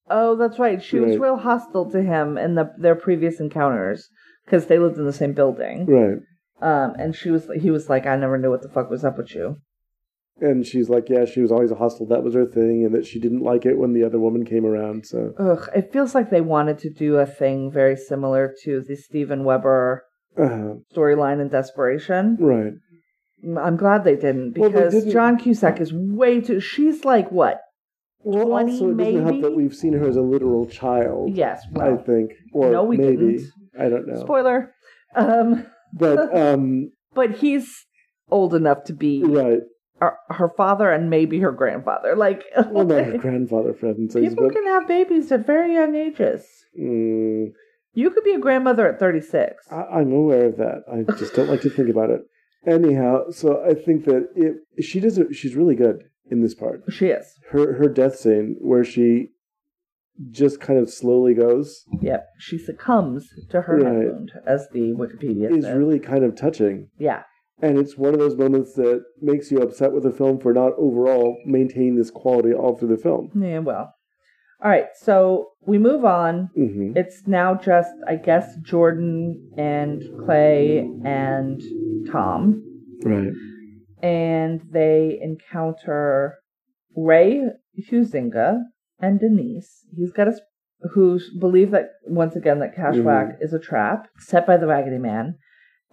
S1: Oh, that's right. She was
S2: Right.
S1: real hostile to him in the, their previous encounters because they lived in the same building.
S2: right,
S1: Um, and she was, he was like, I never knew what the fuck was up with you.
S2: and she's like, yeah, she was always a hostile. That was her thing, and that she didn't like it when the other woman came around. So
S1: Ugh, it feels like they wanted to do a thing very similar to the Steven Weber
S2: uh,
S1: storyline in Desperation.
S2: right,
S1: I'm glad they didn't
S2: Well,
S1: because
S2: they didn't-
S1: John Cusack is way too. She's like what?
S2: well,
S1: 20
S2: also it doesn't help
S1: maybe?
S2: that we've seen her as a literal child.
S1: Yes.
S2: I
S1: Well,
S2: think, or
S1: No, we
S2: maybe
S1: didn't.
S2: I don't know,
S1: spoiler. Um,
S2: but um,
S1: but he's old enough to be
S2: right.
S1: her, her father and maybe her grandfather. Like
S2: Well, not her grandfather, for heaven's sakes,
S1: people
S2: but
S1: can have babies at very young ages.
S2: mm,
S1: You could be a grandmother at 36.
S2: I, I'm aware of that. I just don't like to think about it. Anyhow, so I think that it she does it. She's really good in this part.
S1: she is.
S2: Her her death scene where she just kind of slowly goes
S1: Yep, she succumbs to her head
S2: Right.
S1: wound, as the Wikipedia
S2: is
S1: says.
S2: really kind of touching.
S1: yeah,
S2: And it's one of those moments that makes you upset with the film for not overall maintaining this quality all through the film.
S1: yeah. Well, all right. So we move on.
S2: hmm
S1: It's now just, I guess, Jordan and Clay and Tom,
S2: Right.
S1: and they encounter Ray Huizinga and Denise. He's got us who believe that once again that Cashwhack is a trap set by the Raggedy Man.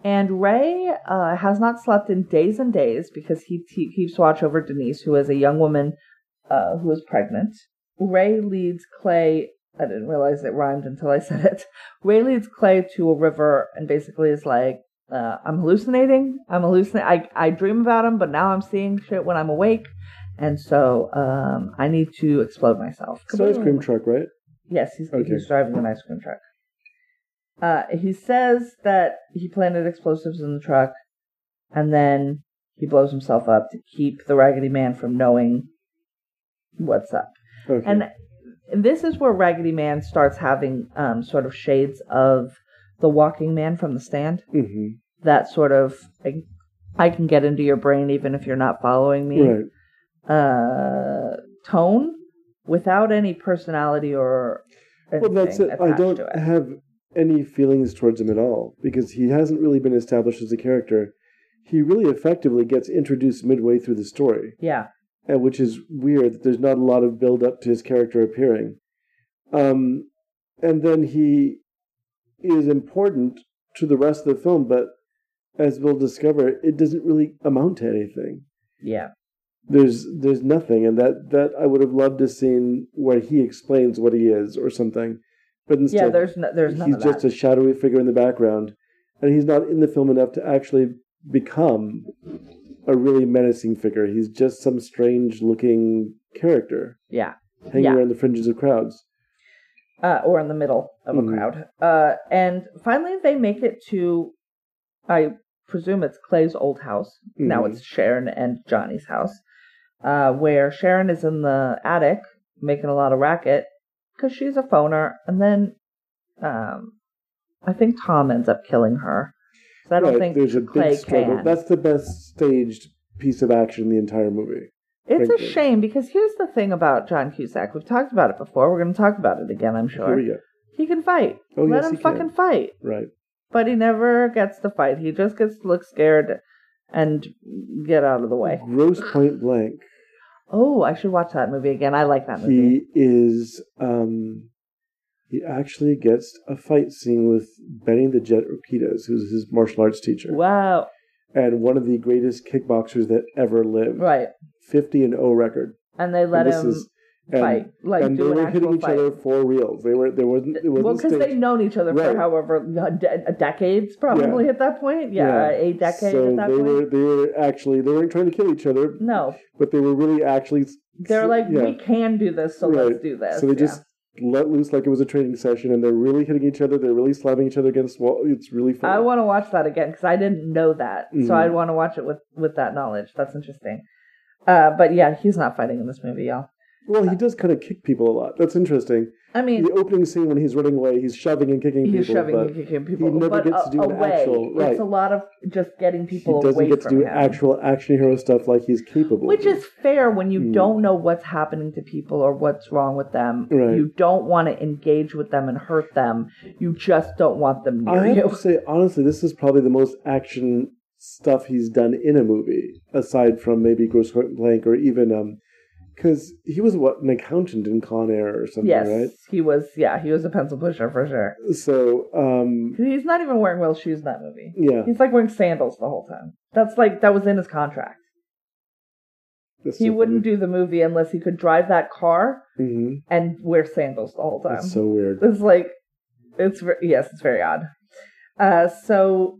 S1: And Ray uh, has not slept in days and days because he te- keeps watch over Denise, who is a young woman uh, who is pregnant. Ray leads Clay. I didn't realize it rhymed until I said it. Ray leads Clay to a river and basically is like, uh, "I'm hallucinating. I'm hallucinating. I I dream about him, but now I'm seeing shit when I'm awake, and so um, I need to explode myself."
S2: So ice cream
S1: Kaboom.
S2: truck, right?
S1: Yes, he's,
S2: Okay.
S1: he's driving an ice cream truck. Uh, he says that he planted explosives in the truck, and then he blows himself up to keep the Raggedy Man from knowing what's up.
S2: Okay.
S1: And this is where Raggedy Man starts having um, sort of shades of the Walking Man from the Stand.
S2: hmm
S1: That sort of I, I can get into your brain even if you're not following me
S2: Right.
S1: uh, tone without any personality or
S2: Well,
S1: anything
S2: that's it.
S1: attached
S2: I don't
S1: to it.
S2: have any feelings towards him at all because he hasn't really been established as a character. He really effectively gets introduced midway through the story,
S1: Yeah,
S2: and which is weird that there's not a lot of build up to his character appearing. Um, and then he is important to the rest of the film, but as we'll discover, it doesn't really amount to anything.
S1: Yeah.
S2: There's there's nothing, and that that I would have loved to seen where he explains what he is or something, but
S1: Yeah,
S2: instead
S1: there's no, there's none
S2: he's
S1: of
S2: just
S1: that.
S2: a shadowy figure in the background, and he's not in the film enough to actually become a really menacing figure. He's just some strange looking character
S1: yeah.
S2: hanging
S1: Yeah.
S2: around the fringes of crowds.
S1: uh, or in the middle of a
S2: Mhm.
S1: crowd. Uh, and finally, they make it to, I presume it's Clay's old house. Now
S2: Mhm.
S1: it's Sharon and Johnny's house, uh, where Sharon is in the attic making a lot of racket because she's a phoner. And then um, I think Tom ends up killing her. So I don't
S2: Right,
S1: think
S2: there's a
S1: Clay
S2: big struggle.
S1: can.
S2: That's the best staged piece of action in the entire movie.
S1: It's
S2: Frankly.
S1: a shame because here's the thing about John Cusack. We've talked about it before. We're going to talk about it again, I'm
S2: Here
S1: sure.
S2: we go.
S1: He can fight.
S2: Oh,
S1: Let
S2: yes,
S1: him
S2: he can.
S1: fucking fight.
S2: Right.
S1: but he never gets to fight. He just gets to look scared and get out of the way.
S2: Gross Point Blank.
S1: Oh, I should watch that movie again. I like that movie.
S2: He is. Um, he actually gets a fight scene with Benny the Jet Urquidez, who's his martial arts teacher
S1: Wow.
S2: and one of the greatest kickboxers that ever lived.
S1: Right.
S2: Fifty and O record.
S1: And they let
S2: And this
S1: him
S2: is- and-
S1: fight. Like
S2: and they
S1: do an
S2: were hitting
S1: actual
S2: each
S1: fight.
S2: other for real. They were. There wasn't. It wasn't
S1: well, because
S2: staged.
S1: they've known each other
S2: Right.
S1: for however a de- a decades, probably at that point. Yeah,
S2: Yeah.
S1: a decade
S2: so
S1: at that
S2: they
S1: point.
S2: were. They were actually. They weren't trying to kill each other,
S1: no,
S2: but they were really actually.
S1: they're like,
S2: yeah.
S1: we can do this, so
S2: Right.
S1: let's do this.
S2: So they
S1: Yeah.
S2: just let loose like it was a training session, and they're really hitting each other. They're really slapping each other against wall. It's really funny.
S1: I want to watch that again because I didn't know that,
S2: Mhm.
S1: so I'd want to watch it with with that knowledge. That's interesting. Uh, but yeah, he's not fighting in this movie, y'all.
S2: well, he does kind of kick people a lot. That's interesting.
S1: I mean,
S2: The opening scene when he's running away, he's shoving and kicking
S1: he's
S2: people,
S1: shoving
S2: but
S1: and kicking people,
S2: never
S1: but
S2: gets
S1: a-
S2: to do an
S1: away.
S2: actual- right.
S1: It's a lot of just getting
S2: he
S1: people
S2: doesn't
S1: away
S2: get to
S1: from
S2: do
S1: him,
S2: actual action hero stuff like he's capable.
S1: which
S2: of.
S1: is fair when you
S2: Mm.
S1: don't know what's happening to people or what's wrong with them.
S2: Right.
S1: You don't want to engage with them and hurt them. You just don't want them near
S2: I have to
S1: you.
S2: say honestly, this is probably the most action stuff he's done in a movie, aside from maybe Gross Point Blank or even um, because he was what an accountant in Con Air or something,
S1: Yes,
S2: right?
S1: he was. Yeah, he was a pencil pusher for sure.
S2: So um,
S1: He's not even wearing real shoes in that movie.
S2: yeah,
S1: He's like wearing sandals the whole time. That's like that was in his contract.
S2: that's
S1: He
S2: so
S1: wouldn't do the movie unless he could drive that car
S2: funny. Mhm.
S1: and wear sandals the whole time.
S2: That's so weird.
S1: It's like it's ver- yes, it's very odd. Uh, so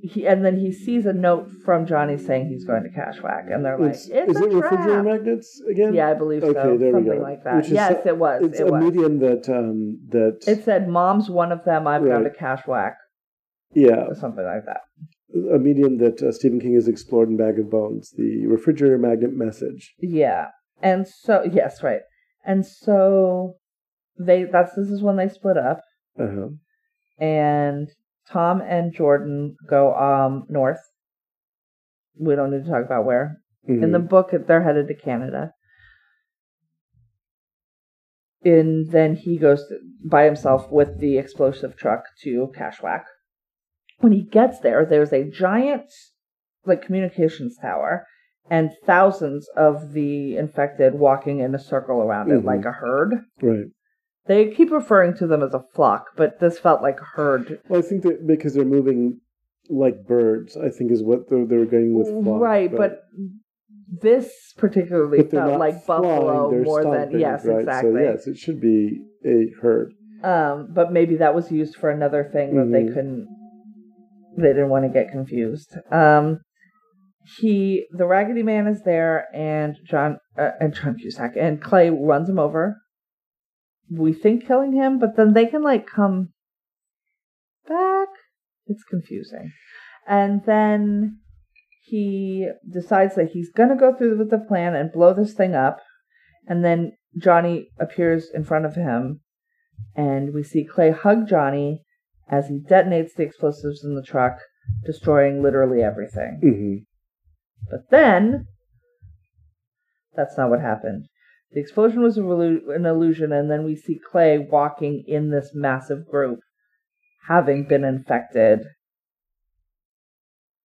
S1: he and then he sees a note from Johnny saying he's going to Cashwhack, and they're like,
S2: It's-
S1: "It's,
S2: is
S1: a
S2: it refrigerator
S1: trap."
S2: magnets again?
S1: Yeah, I believe so.
S2: Okay, there we
S1: Something
S2: go.
S1: like that.
S2: Which is
S1: yes,
S2: so-
S1: it was.
S2: it's
S1: it
S2: a
S1: was.
S2: medium that um that
S1: it said, "Mom's one of them. I've gone to
S2: Right.
S1: Cashwhack,"
S2: yeah
S1: or something like that.
S2: a medium that uh, Stephen King has explored in Bag of Bones, the refrigerator magnet message.
S1: Yeah. And so yes, right. And so they that's this is when they split up
S2: Uh-huh.
S1: and Tom and Jordan go um north. We don't need to talk about where. In the
S2: Mhm.
S1: book they're headed to Canada. And then he goes to, by himself with the explosive truck to Cashwhack. When he gets there, there's a giant like communications tower and thousands of the infected walking in a circle around
S2: Mhm.
S1: it like a herd.
S2: right.
S1: They keep referring to them as a flock, but this felt like a herd.
S2: Well, I think that because they're moving like birds, I think is what they're, they're getting with flock.
S1: right, but this particularly
S2: but they're
S1: felt
S2: not
S1: like
S2: flying,
S1: buffalo
S2: they're
S1: more than
S2: stomping,
S1: yes,
S2: right?
S1: exactly.
S2: So yes, it should be a herd.
S1: Um, but maybe that was used for another thing that they
S2: Mhm.
S1: couldn't. They didn't want to get confused. Um, he, the Raggedy Man, is there, and John uh, and John Cusack and Clay runs him over. We think killing him, but then they can like come back. It's confusing, and then he decides that he's gonna go through with the plan and blow this thing up, and then Johnny appears in front of him and we see Clay hug Johnny as he detonates the explosives in the truck, destroying literally everything.
S2: hmm
S1: But then, that's not what happened. The explosion was a relu- an illusion, and then we see Clay walking in this massive group, having been infected.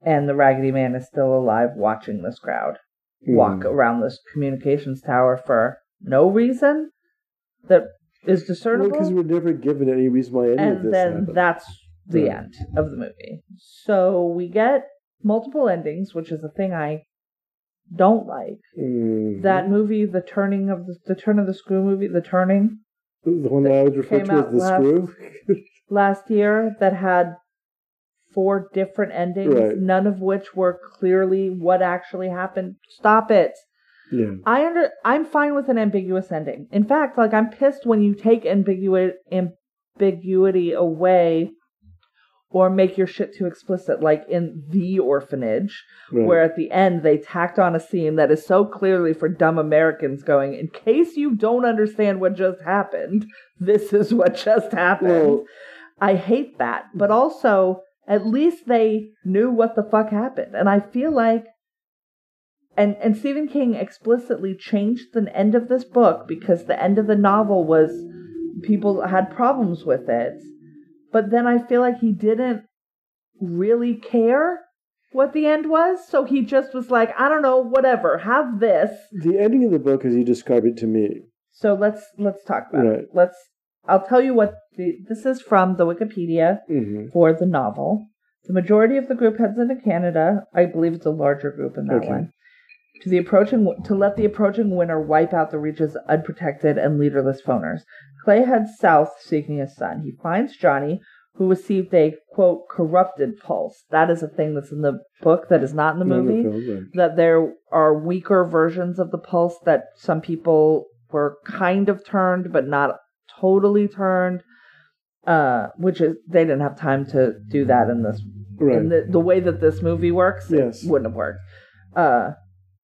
S1: And the Raggedy Man is still alive watching this crowd walk around this communications tower for no reason that is
S2: because
S1: discernible,
S2: we're never given any reason why any of this
S1: and then
S2: happened.
S1: that's the
S2: Right.
S1: end of the movie. So we get multiple endings, which is a thing I don't like.
S2: Mhm.
S1: That movie, the turning of the, the turn of the screw movie, the turning
S2: the one that I would refer
S1: came
S2: to as
S1: out
S2: the
S1: last-
S2: screw.
S1: last year that had four different endings,
S2: Right.
S1: none of which were clearly what actually happened. Stop it.
S2: yeah,
S1: I under I'm fine with an ambiguous ending. In fact, like I'm pissed when you take ambiguity ambiguity away or make your shit too explicit like in The Orphanage
S2: right.
S1: where at the end they tacked on a scene that is so clearly for dumb Americans going in case you don't understand what just happened, this is what just happened.
S2: Well-
S1: I hate that. But also, at least they knew what the fuck happened. And I feel like and and Stephen King explicitly changed the end of this book because the end of the novel was people had problems with it. But then I feel like he didn't really care what the end was, so he just was like, I don't know, whatever, have this.
S2: the ending of the book, as you described it to me,
S1: So let's let's talk about
S2: Right.
S1: it. Let's I'll tell you what the this is from the Wikipedia
S2: hmm
S1: for the novel. The majority of the group heads into Canada. I believe it's a larger group in that
S2: Okay.
S1: one. To the approaching to let the approaching winter wipe out the reaches of unprotected and leaderless phoners. Clay heads south seeking his son. He finds Johnny, who received a quote corrupted pulse. That is a thing that's in the book that is not in the movie that there are weaker versions of the pulse that some people were kind of turned but not totally turned uh which is they didn't have time to do that in this
S2: right.
S1: in the, the way that this movie works
S2: Yes.
S1: it wouldn't have worked uh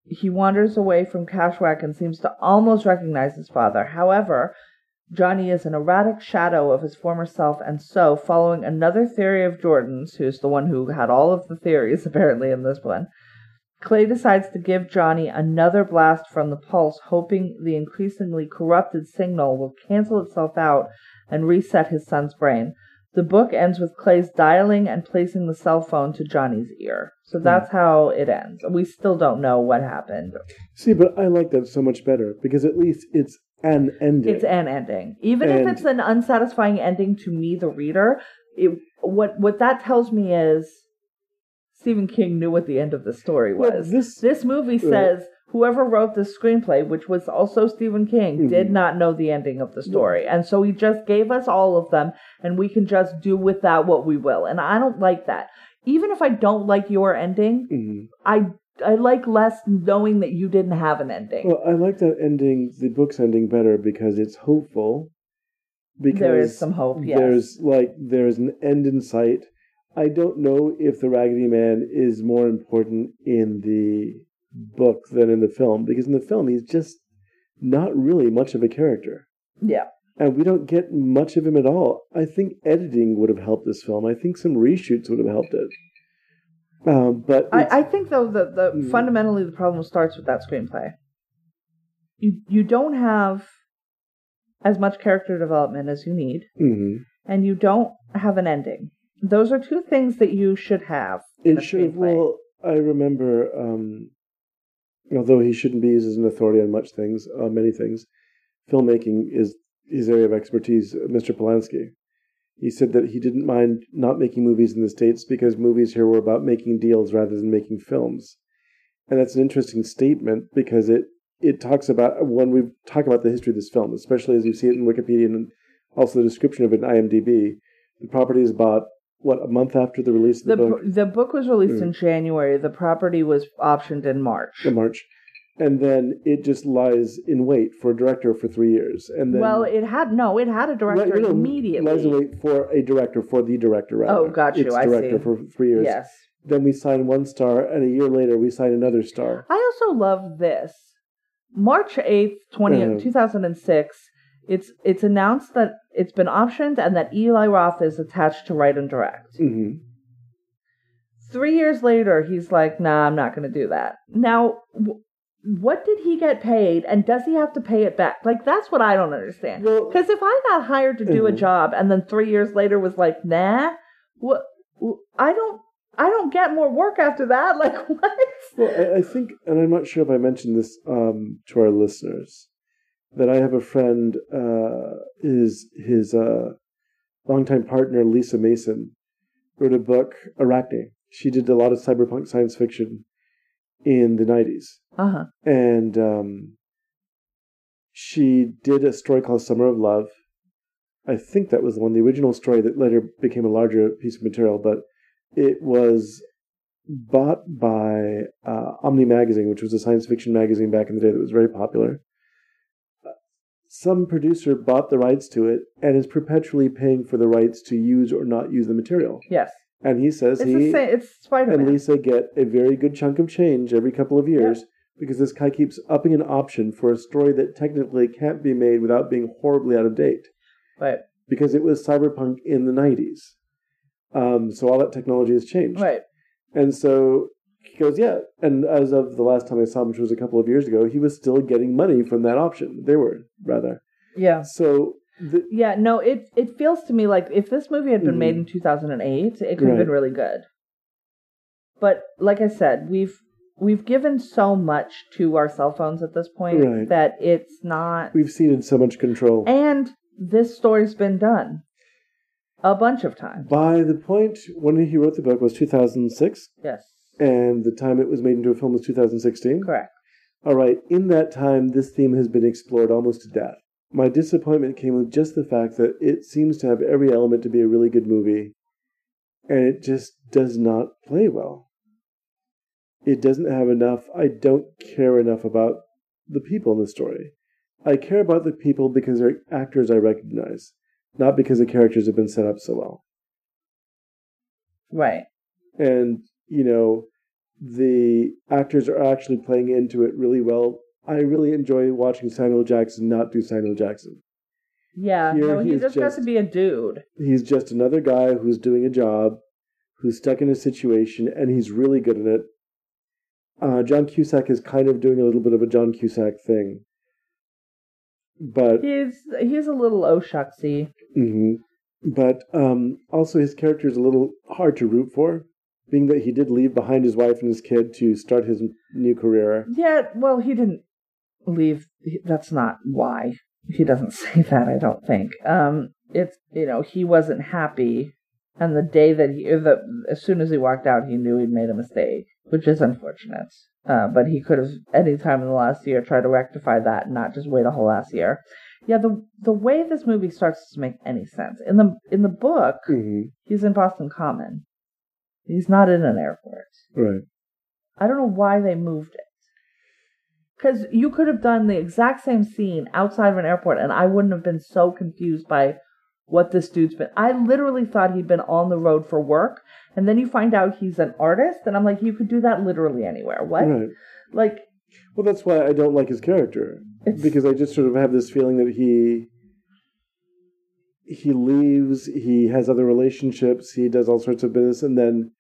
S1: he wanders away from Kashwak and seems to almost recognize his father. However, Johnny is an erratic shadow of his former self, and so, following another theory of Jordan's, who's the one who had all of the theories apparently in this one, Clay decides to give Johnny another blast from the pulse, hoping the increasingly corrupted signal will cancel itself out and reset his son's brain. The book ends with Clay's dialing and placing the cell phone to Johnny's ear. So that's how it ends. We still don't know what happened.
S2: See, but I like that so much better because at least it's an ending.
S1: It's an ending. Even if
S2: And-
S1: it's an unsatisfying ending to me, the reader, it, what what that tells me is Stephen King knew what the end of the story
S2: Well,
S1: was.
S2: this-
S1: this movie says whoever wrote this screenplay, which was also Stephen King,
S2: Mm-hmm.
S1: did not know the ending of the story, and so he just gave us all of them, and we can just do with that what we will. And I don't like that. Even if I don't like your ending,
S2: Mhm.
S1: I I like less knowing that you didn't have an ending.
S2: Well, I like that ending, the book's ending better because it's hopeful. Because
S1: there is some hope. Yes.
S2: There's like there's an end in sight. I don't know if the Raggedy Man is more important in the book than in the film because in the film he's just not really much of a character.
S1: yeah.
S2: and we don't get much of him at all. I think editing would have helped this film. I think some reshoots would have helped it. Um, but it's-
S1: I, I think though that the
S2: Mhm.
S1: fundamentally the problem starts with that screenplay. You you don't have as much character development as you need,
S2: Mhm.
S1: and you don't have an ending. Those are two things that you should have. in
S2: it
S1: a
S2: should have.
S1: screenplay.
S2: Well, I remember, um, although he shouldn't be used as an authority on much things, on many things, filmmaking is his area of expertise. Mr. Polanski, he said that he didn't mind not making movies in the states because movies here were about making deals rather than making films. and that's an interesting statement because it it talks about when we talk about the history of this film, especially as you see it in Wikipedia and also the description of it in IMDb. The property is bought what a month after the release of the,
S1: the
S2: book
S1: pr- the book was released
S2: Mhm.
S1: in January. The property was optioned in March.
S2: in March, and then it just lies in wait for a director for three years, and then
S1: well, it had no, it had a
S2: Li-
S1: director
S2: you know,
S1: immediately.
S2: lies in wait for a director for the director. Rather.
S1: Oh, got you,
S2: Its
S1: I
S2: director
S1: see.
S2: for three years.
S1: yes,
S2: Then we sign one star, and a year later we sign another star.
S1: I also love this. March 8th, 20,
S2: Mhm.
S1: 2006, it's it's announced that it's been optioned and that Eli Roth is attached to write and direct.
S2: hmm
S1: 3 years later, he's like, "Nah, I'm not going to do that." Now, w- what did he get paid and does he have to pay it back? Like that's what I don't understand.
S2: Well-
S1: Cuz if I got hired to do a
S2: Mhm.
S1: job and then 3 years later was like, "Nah, what I don't I don't get more work after that." Like what?
S2: Well, I, I think, and I'm not sure if I mentioned this um, to our listeners, that I have a friend uh, is his uh, longtime partner Lisa Mason wrote a book Arachne. She did a lot of cyberpunk science fiction in the nineties,
S1: Uh huh.
S2: and um, she did a story called Summer of Love. I think that was the one, the original story that later became a larger piece of material, but it was bought by uh, Omni Magazine, which was a science fiction magazine back in the day that was very popular. Some producer bought the rights to it and is perpetually paying for the rights to use or not use the material.
S1: Yes.
S2: And he says
S1: It's
S2: he
S1: the same. It's Spider
S2: and
S1: Man.
S2: Lisa get a very good chunk of change every couple of years because this guy keeps upping an option for a story that technically can't be made without being horribly out of date
S1: Right.
S2: because it was cyberpunk in the 90s. Um, so all that technology has changed.
S1: Right.
S2: And so he goes, Yeah. And as of the last time I saw him, which was a couple of years ago, he was still getting money from that option. They were, rather.
S1: Yeah.
S2: So the,
S1: Yeah. No. It it feels to me like if this movie had been
S2: Mhm.
S1: made in 2008, it could have
S2: Right.
S1: been really good. But like I said, we've we've given so much to our cell phones at this point
S2: Right.
S1: that it's not.
S2: we've ceded so much control.
S1: And this story's been done a bunch of times.
S2: By the point when he wrote the book was 2006,
S1: Yes.
S2: and the time it was made into a film was 2016.
S1: Correct.
S2: All right, in that time, this theme has been explored almost to death. My disappointment came with just the fact that it seems to have every element to be a really good movie, and it just does not play well. It doesn't have enough. I don't care enough about the people in the story. I care about the people because they're actors I recognize, not because the characters have been set up so well
S1: Right.
S2: and you know the actors are actually playing into it really well. I really enjoy watching Samuel Jackson not do Samuel Jackson.
S1: Yeah.
S2: Here
S1: no. He
S2: he's
S1: just got to
S2: just-
S1: be a dude.
S2: He's just another guy who's doing a job, who's stuck in a situation, and he's really good at it. Uh, John Cusack is kind of doing a little bit of a John Cusack thing, but
S1: He's he's a little oh shucksy.
S2: hmm But um, also, his character is a little hard to root for, being that he did leave behind his wife and his kid to start his new career.
S1: Yeah, well, he didn't leave. he- That's not why he doesn't say that. I don't think. Um, it's you know he wasn't happy, and the day that he, or the as soon as he walked out, he knew he'd made a mistake, which is unfortunate. Uh, but he could have any time in the last year tried to rectify that, and not just wait a whole last year. Yeah, the the way this movie starts doesn't make any sense. In the in the book,
S2: hmm
S1: he's in Boston Common. He's not in an airport.
S2: Right.
S1: I don't know why they moved it. Because you could have done the exact same scene outside of an airport, and I wouldn't have been so confused by what this dude's been. I literally thought he'd been on the road for work, and then you find out he's an artist, and I'm like, you could do that literally anywhere. What?
S2: Right.
S1: Like,
S2: Well, that's why I don't like his character
S1: It's-
S2: because I just sort of have this feeling that he he leaves, he has other relationships, he does all sorts of business, and then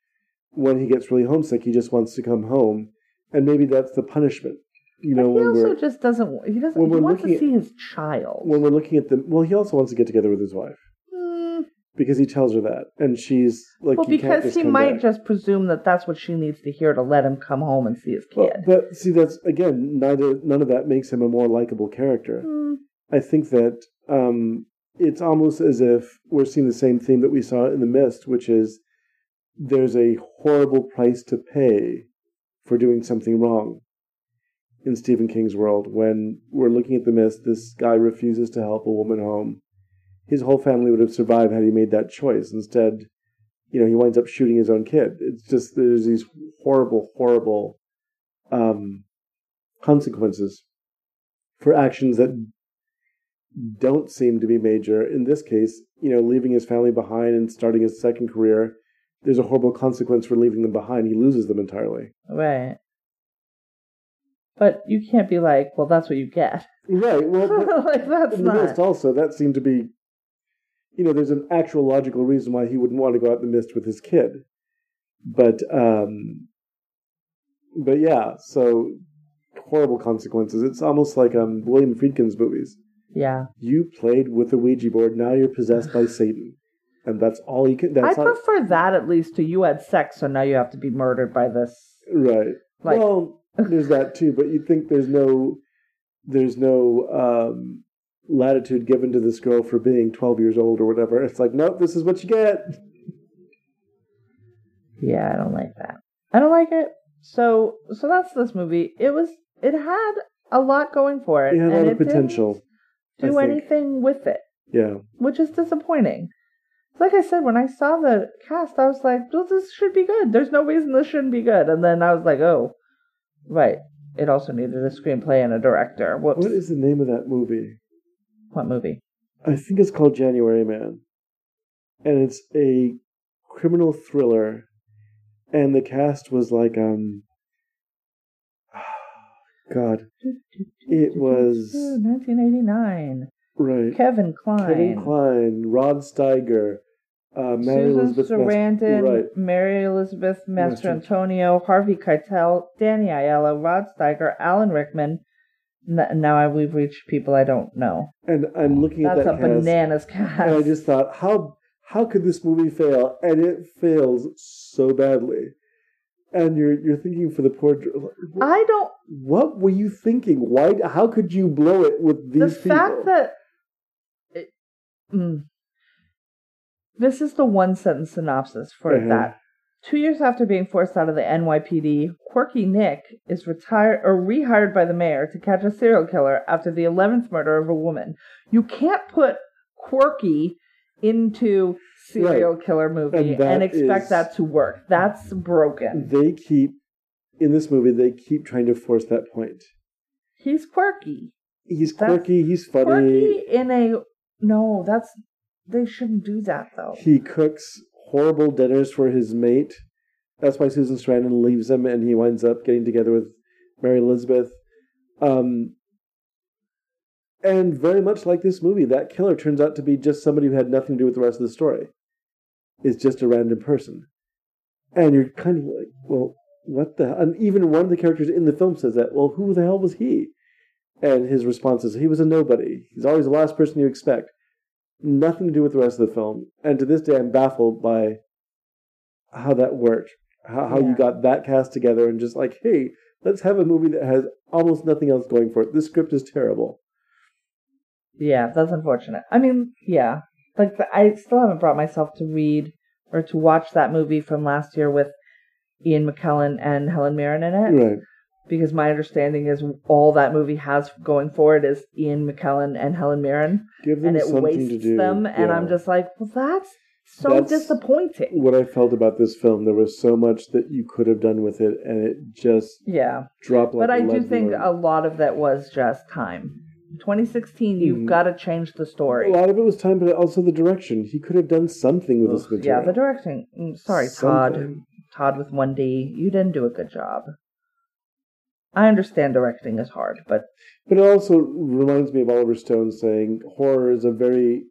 S2: when he gets really homesick, he just wants to come home, and maybe that's the punishment. You know,
S1: he
S2: when
S1: also
S2: we're
S1: just doesn't. He doesn't.
S2: when
S1: He
S2: we're
S1: wants to
S2: looking at-
S1: see his child.
S2: when we're looking at the well, he also wants to get together with his wife
S1: Mm,
S2: because he tells her that, and she's like,
S1: well,
S2: "You can't
S1: because
S2: just
S1: he
S2: come
S1: might
S2: back."
S1: just presume that that's what she needs to hear to let him come home and see his kid.
S2: Well, but see, that's again, neither none of that makes him a more likable character.
S1: Mm,
S2: I think that um, it's almost as if we're seeing the same theme that we saw in The Mist, which is there's a horrible price to pay for doing something wrong in Stephen King's world. When we're looking at The Mist, this guy refuses to help a woman home. His whole family would have survived had he made that choice. Instead, you know, he winds up shooting his own kid. It's just there's these horrible, horrible um, consequences for actions that don't seem to be major. In this case, you know, leaving his family behind and starting his second career, there's a horrible consequence for leaving them behind. He loses them entirely.
S1: Right. But you can't be like, well, that's what you get.
S2: Right. Well, but
S1: like that's
S2: in the
S1: not.
S2: mist also that seemed to be, you know, there's an actual logical reason why he wouldn't want to go out in the mist with his kid, but um, but yeah, so horrible consequences. It's almost like um William Friedkin's movies.
S1: Yeah,
S2: You played with the Ouija board. Now you're possessed by Satan, and that's all you can.
S1: I
S2: That's all,
S1: prefer that at least to you had sex, so now you have to be murdered by this.
S2: Right.
S1: Like,
S2: well, there's that too, but you think there's no there's no um, latitude given to this girl for being 12 years old or whatever. It's like, nope, this is what you get.
S1: Yeah, I don't like that. I don't like it. So so that's this movie. It was it had a lot going for it.
S2: It had a
S1: and
S2: lot of
S1: it didn't
S2: potential.
S1: do
S2: I think.
S1: anything with it,
S2: Yeah.
S1: which is disappointing. Like I said, when I saw the cast, I was like, well, this should be good. There's no reason this shouldn't be good. And then I was like, oh, right. It also needed a screenplay and a director. Whoops.
S2: What is the name of that movie?
S1: what movie?
S2: I think it's called January Man. And it's a criminal thriller. And the cast was like, um, God, It was-
S1: 1989.
S2: right.
S1: Kevin Klein.
S2: Kevin Klein, Rod Steiger, uh, Mary
S1: Susan
S2: Elizabeth Mas-
S1: Sarandon,
S2: right.
S1: Mary Elizabeth Master
S2: Master-
S1: Antonio, Harvey Keitel, Danny Aiello, Rod Steiger, Alan Rickman. N- now I, we've reached people I don't know.
S2: And I'm looking at
S1: That's a
S2: that cast,
S1: bananas
S2: and I
S1: cast.
S2: just thought, how how could this movie fail? And it fails so badly. And you're you're thinking for the poor. dr- What,
S1: I don't.
S2: what were you thinking? Why? How could you blow it with
S1: The
S2: these people?
S1: fact that. It, mm. this is the one sentence synopsis for
S2: Uh-huh.
S1: that. Two years after being forced out of the NYPD, quirky Nick is retired or rehired by the mayor to catch a serial killer after the eleventh murder of a woman. You can't put quirky into serial killer movie
S2: And
S1: and,
S2: that
S1: expect
S2: is-
S1: that to work. That's broken.
S2: they keep in this movie, they keep trying to force that point.
S1: He's quirky.
S2: He's
S1: That's-
S2: quirky. He's funny.
S1: Quirky in a no. That's they shouldn't do that though.
S2: He cooks horrible dinners for his mate. That's why Susan Sarandon leaves him, and he winds up getting together with Mary Elizabeth. Um, and very much like this movie, that killer turns out to be just somebody who had nothing to do with the rest of the story. It's just a random person, and you're kind of like, well, what the? And even one of the characters in the film says that. Well, who the hell was he? And his response is, he was a nobody. He's always the last person you expect nothing to do with the rest of the film. And to this day, I'm baffled by how that worked, how, how you
S1: Yeah.
S2: got that cast together and just like, hey, let's have a movie that has almost nothing else going for it. This script is terrible.
S1: Yeah, that's unfortunate. I mean, yeah, like the, I still haven't brought myself to read or to watch that movie from last year with Ian McKellen and Helen Mirren in it
S2: Right.
S1: because my understanding is all that movie has going for it is Ian McKellen and Helen Mirren,
S2: Give them
S1: and it
S2: something to
S1: wastes
S2: do.
S1: them. And
S2: Yeah.
S1: I'm just like, well, that's so
S2: That's-
S1: disappointing.
S2: What I felt about this film, there was so much that you could have done with it, and it just
S1: Yeah,
S2: dropped like
S1: but I do
S2: lead
S1: think
S2: balloon.
S1: a lot of that was just time. 2016, you've
S2: Mhm.
S1: got to change the story.
S2: a lot of it was time, but also the direction. He could have done something with this
S1: Ugh, yeah,
S2: material.
S1: the directing. mm, Sorry, Todd.
S2: Something.
S1: Todd with 1D, you didn't do a good job. I understand directing is hard, but
S2: But it also reminds me of Oliver Stone saying horror is a very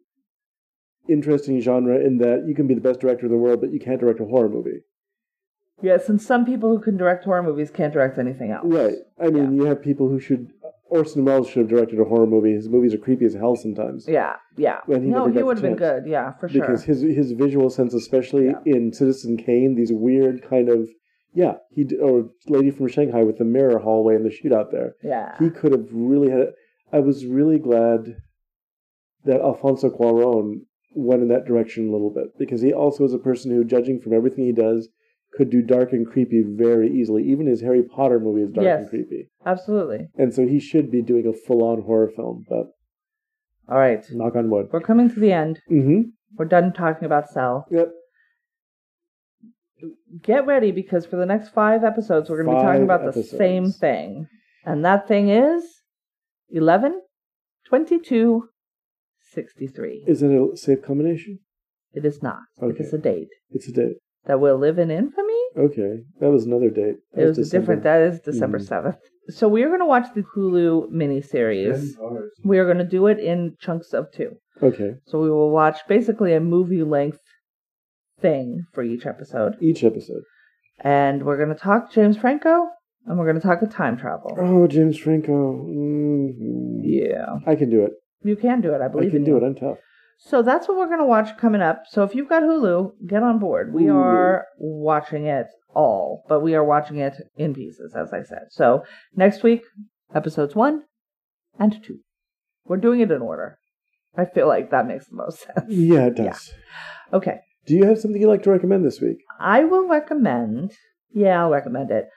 S2: interesting genre in that you can be the best director in the world, but you can't direct a horror movie.
S1: yes, and some people who can direct horror movies can't direct anything else.
S2: Right. I mean, you have people who should. Orson Welles should have directed a horror movie. His movies are creepy as hell sometimes.
S1: Yeah, yeah.
S2: When he
S1: no,
S2: never got
S1: he
S2: the
S1: would have been
S2: chance.
S1: good. Yeah, for sure.
S2: Because his his visual sense, especially
S1: Yeah.
S2: in Citizen Kane, these weird kind of yeah, he d- or Lady from Shanghai with the mirror hallway and the shootout there.
S1: yeah.
S2: he could have really had it. I was really glad that Alfonso Cuaron went in that direction a little bit because he also is a person who, judging from everything he does, could do dark and creepy very easily. Even his Harry Potter movie is dark and
S1: Yes.
S2: creepy,
S1: Absolutely.
S2: and so he should be doing a full-on horror film. But
S1: All right.
S2: knock on wood.
S1: We're coming to the end.
S2: Mm-hmm.
S1: We're done talking about Cell.
S2: Yep.
S1: Get ready because for the next five episodes, we're going to be
S2: Five
S1: talking about the
S2: episodes.
S1: same thing. And that thing is 11, 22, 63.
S2: Is it a safe combination?
S1: It is not.
S2: Okay.
S1: It is a date
S2: It's a date.
S1: that will live in infamy.
S2: Okay, that was another date. That
S1: It was a different. That is December
S2: Mhm.
S1: seventh. So we are going to watch the Hulu miniseries. We are going to do it in chunks of two.
S2: Okay,
S1: So we will watch basically a movie length thing for each episode,
S2: each episode.
S1: and we're going to talk James Franco, and we're going to talk a time travel.
S2: Oh, James Franco. hmm
S1: Yeah,
S2: I can do it.
S1: you can do it. I believe
S2: I can
S1: in
S2: do
S1: you.
S2: it. I'm tough.
S1: So that's what we're going to watch coming up. So if you've got Hulu, get on board. We
S2: Hulu.
S1: are watching it all, but we are watching it in pieces, as I said. So next week, episodes one, and two. We're doing it in order. I feel like that makes the most sense.
S2: Yeah, it does.
S1: Okay.
S2: Do you have something you'd like to recommend this week?
S1: I will recommend. Yeah, I'll recommend it.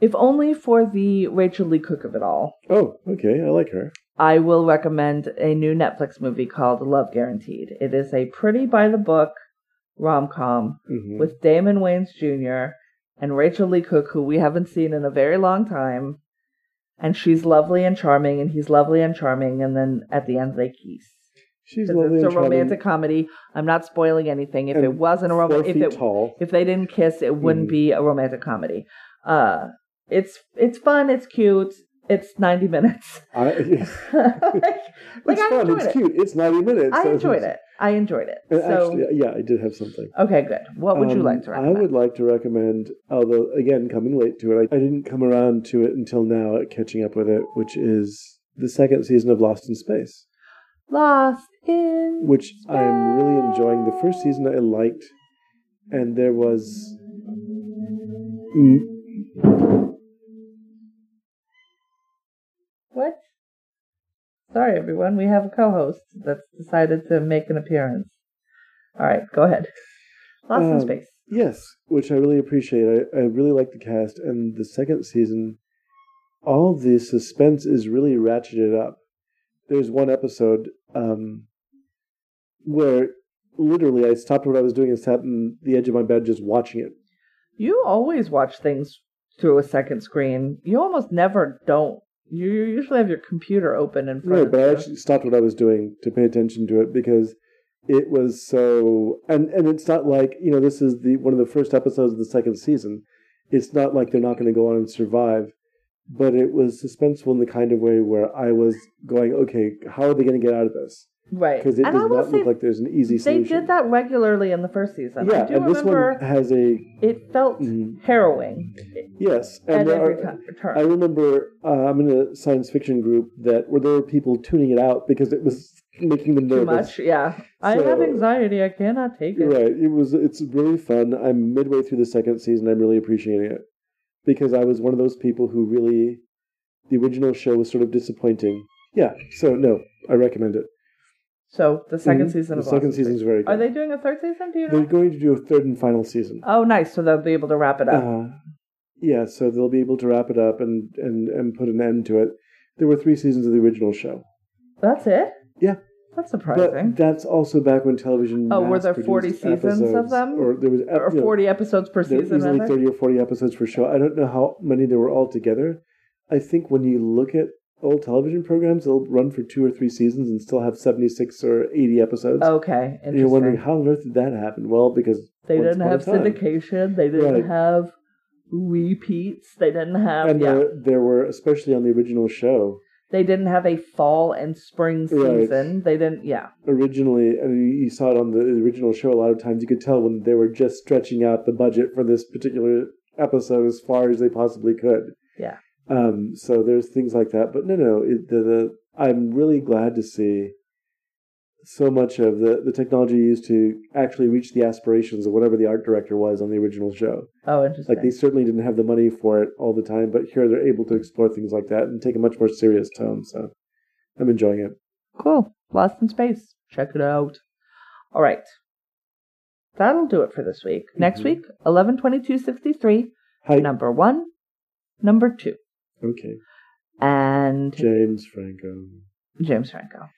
S1: If only for the Rachel Lee Cook of it all,
S2: Oh, okay. I like her.
S1: I will recommend a new Netflix movie called Love Guaranteed. It is a pretty by the book rom com
S2: hmm
S1: with Damon Wayans Jr. and Rachel Lee Cook, who we haven't seen in a very long time. And she's lovely and charming, and he's lovely and charming, and then at the end they kiss.
S2: She's
S1: 'Cause
S2: lovely
S1: It's a
S2: and charming,
S1: romantic comedy. I'm not spoiling anything. If
S2: and
S1: it wasn't a
S2: four
S1: romantic,
S2: feet
S1: if it
S2: tall.
S1: if they didn't kiss, it wouldn't
S2: Mhm.
S1: be a romantic comedy. Uh, it's it's fun, it's cute, it's ninety minutes.
S2: I, it's
S1: like I
S2: fun.
S1: enjoyed
S2: It's
S1: it.
S2: cute. It's ninety minutes.
S1: I
S2: so
S1: enjoyed
S2: it's-
S1: it. I enjoyed it.
S2: and
S1: So
S2: Actually, uh, yeah, I did have something.
S1: okay, good. What would you
S2: Um,
S1: like to recommend?
S2: I would like to recommend, although again coming late to it, I, I didn't come around to it until now, at catching up with it, which is the second season of Lost in Space,
S1: Lost in
S2: which I am really enjoying. The first season I liked, and there was. Mm,
S1: what? Sorry, everyone. We have a co-host that's decided to make an appearance. All right, go ahead. Lost in
S2: Um,
S1: space.
S2: Yes, which I really appreciate. I, I really like the cast and the second season. All the suspense is really ratcheted up. There's one episode um, where literally I stopped what I was doing and sat on the edge of my bed just watching it.
S1: You always watch things through a second screen. You almost never don't. You you usually have your computer open in front
S2: No,
S1: of
S2: but
S1: you.
S2: I actually stopped what I was doing to pay attention to it because it was so. And and it's not like you know this is the one of the first episodes of the second season. It's not like they're not going to go on and survive, but it was suspenseful in the kind of way where I was going, okay, how are they going to get out of this?
S1: right.
S2: Because it
S1: and I
S2: does
S1: will
S2: not
S1: say
S2: look like there's an easy
S1: they
S2: solution.
S1: did that regularly in the first season.
S2: Yeah,
S1: I do
S2: and this
S1: remember
S2: one has a
S1: it felt
S2: mm,
S1: harrowing
S2: yes,
S1: at
S2: and there
S1: every
S2: are,
S1: time,
S2: I
S1: turn.
S2: remember uh, I'm in a science fiction group that where there were people tuning it out because it was making them
S1: Too
S2: nervous.
S1: much, yeah. I have
S2: So-
S1: anxiety. I cannot take it.
S2: Right. It was. It's really fun. I'm midway through the second season. I'm really appreciating it because I was one of those people who really the original show was sort of disappointing. Yeah. So no, I recommend it.
S1: So the 2nd
S2: Mhm.
S1: season of
S2: The second
S1: Lost in
S2: season is
S1: Space.
S2: very good.
S1: Are they doing a third season? Do you know?
S2: They're going to do a third and final season.
S1: Oh, nice. So they'll be able to wrap it up.
S2: Uh, yeah. So they'll be able to wrap it up and and and put an end to it. There were three seasons of the original show,
S1: That's it.
S2: yeah.
S1: That's
S2: but
S1: surprising.
S2: that's also back when television.
S1: Oh, were there
S2: mass-produced
S1: 40 seasons of
S2: episodes,
S1: them?
S2: Or there was ep-
S1: or
S2: you know,
S1: forty episodes per
S2: There are
S1: season.
S2: easily
S1: rather?
S2: 30 or 40 episodes per show. I don't know how many there were altogether. I think when you look at old television programs, they'll run for two or three seasons and still have 76 or 80 episodes.
S1: Okay, Oh, interesting.
S2: and you're wondering, how on earth did that happen? Well, because
S1: They
S2: once
S1: didn't
S2: upon a
S1: have
S2: time-
S1: syndication. They didn't
S2: Right.
S1: have repeats. They didn't have
S2: And uh,
S1: yeah.
S2: there, there were, especially on the original show,
S1: They didn't have a fall and spring
S2: Right.
S1: season. They didn't. Yeah,
S2: originally, and you- you saw it on the original show a lot of times, you could tell when they were just stretching out the budget for this particular episode as far as they possibly could.
S1: yeah.
S2: Um, so there's things like that, but no, no, it, the, the I'm really glad to see so much of the the technology used to actually reach the aspirations of whatever the art director was on the original show.
S1: Oh, interesting.
S2: Like they certainly didn't have the money for it all the time, but here they're able to explore things like that and take a much more serious tone. So I'm enjoying it.
S1: cool. Lost in space. Check it out. All right. That'll do it for this week. Next
S2: Mhm.
S1: week, eleven twenty two sixty three.
S2: Hi,
S1: Number one, number two,
S2: okay,
S1: and
S2: James Franco.
S1: James Franco.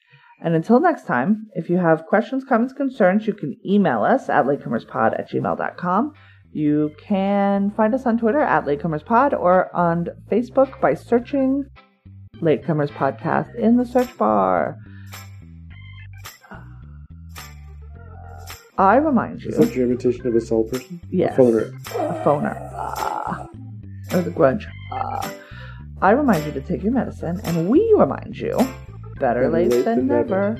S1: And until next time, if you have questions, comments, concerns, you can email us at latecomerspod at gmail.com. You can find us on Twitter at latecomerspod or on Facebook by searching Latecomers Podcast in the search bar. I remind
S2: Is
S1: you,
S2: that your imitation of a soul person?
S1: yes,
S2: A phoner.
S1: a phoner. Ah. or the grudge. Ah. I remind you to take your medicine, and we remind you, better, late, than, never.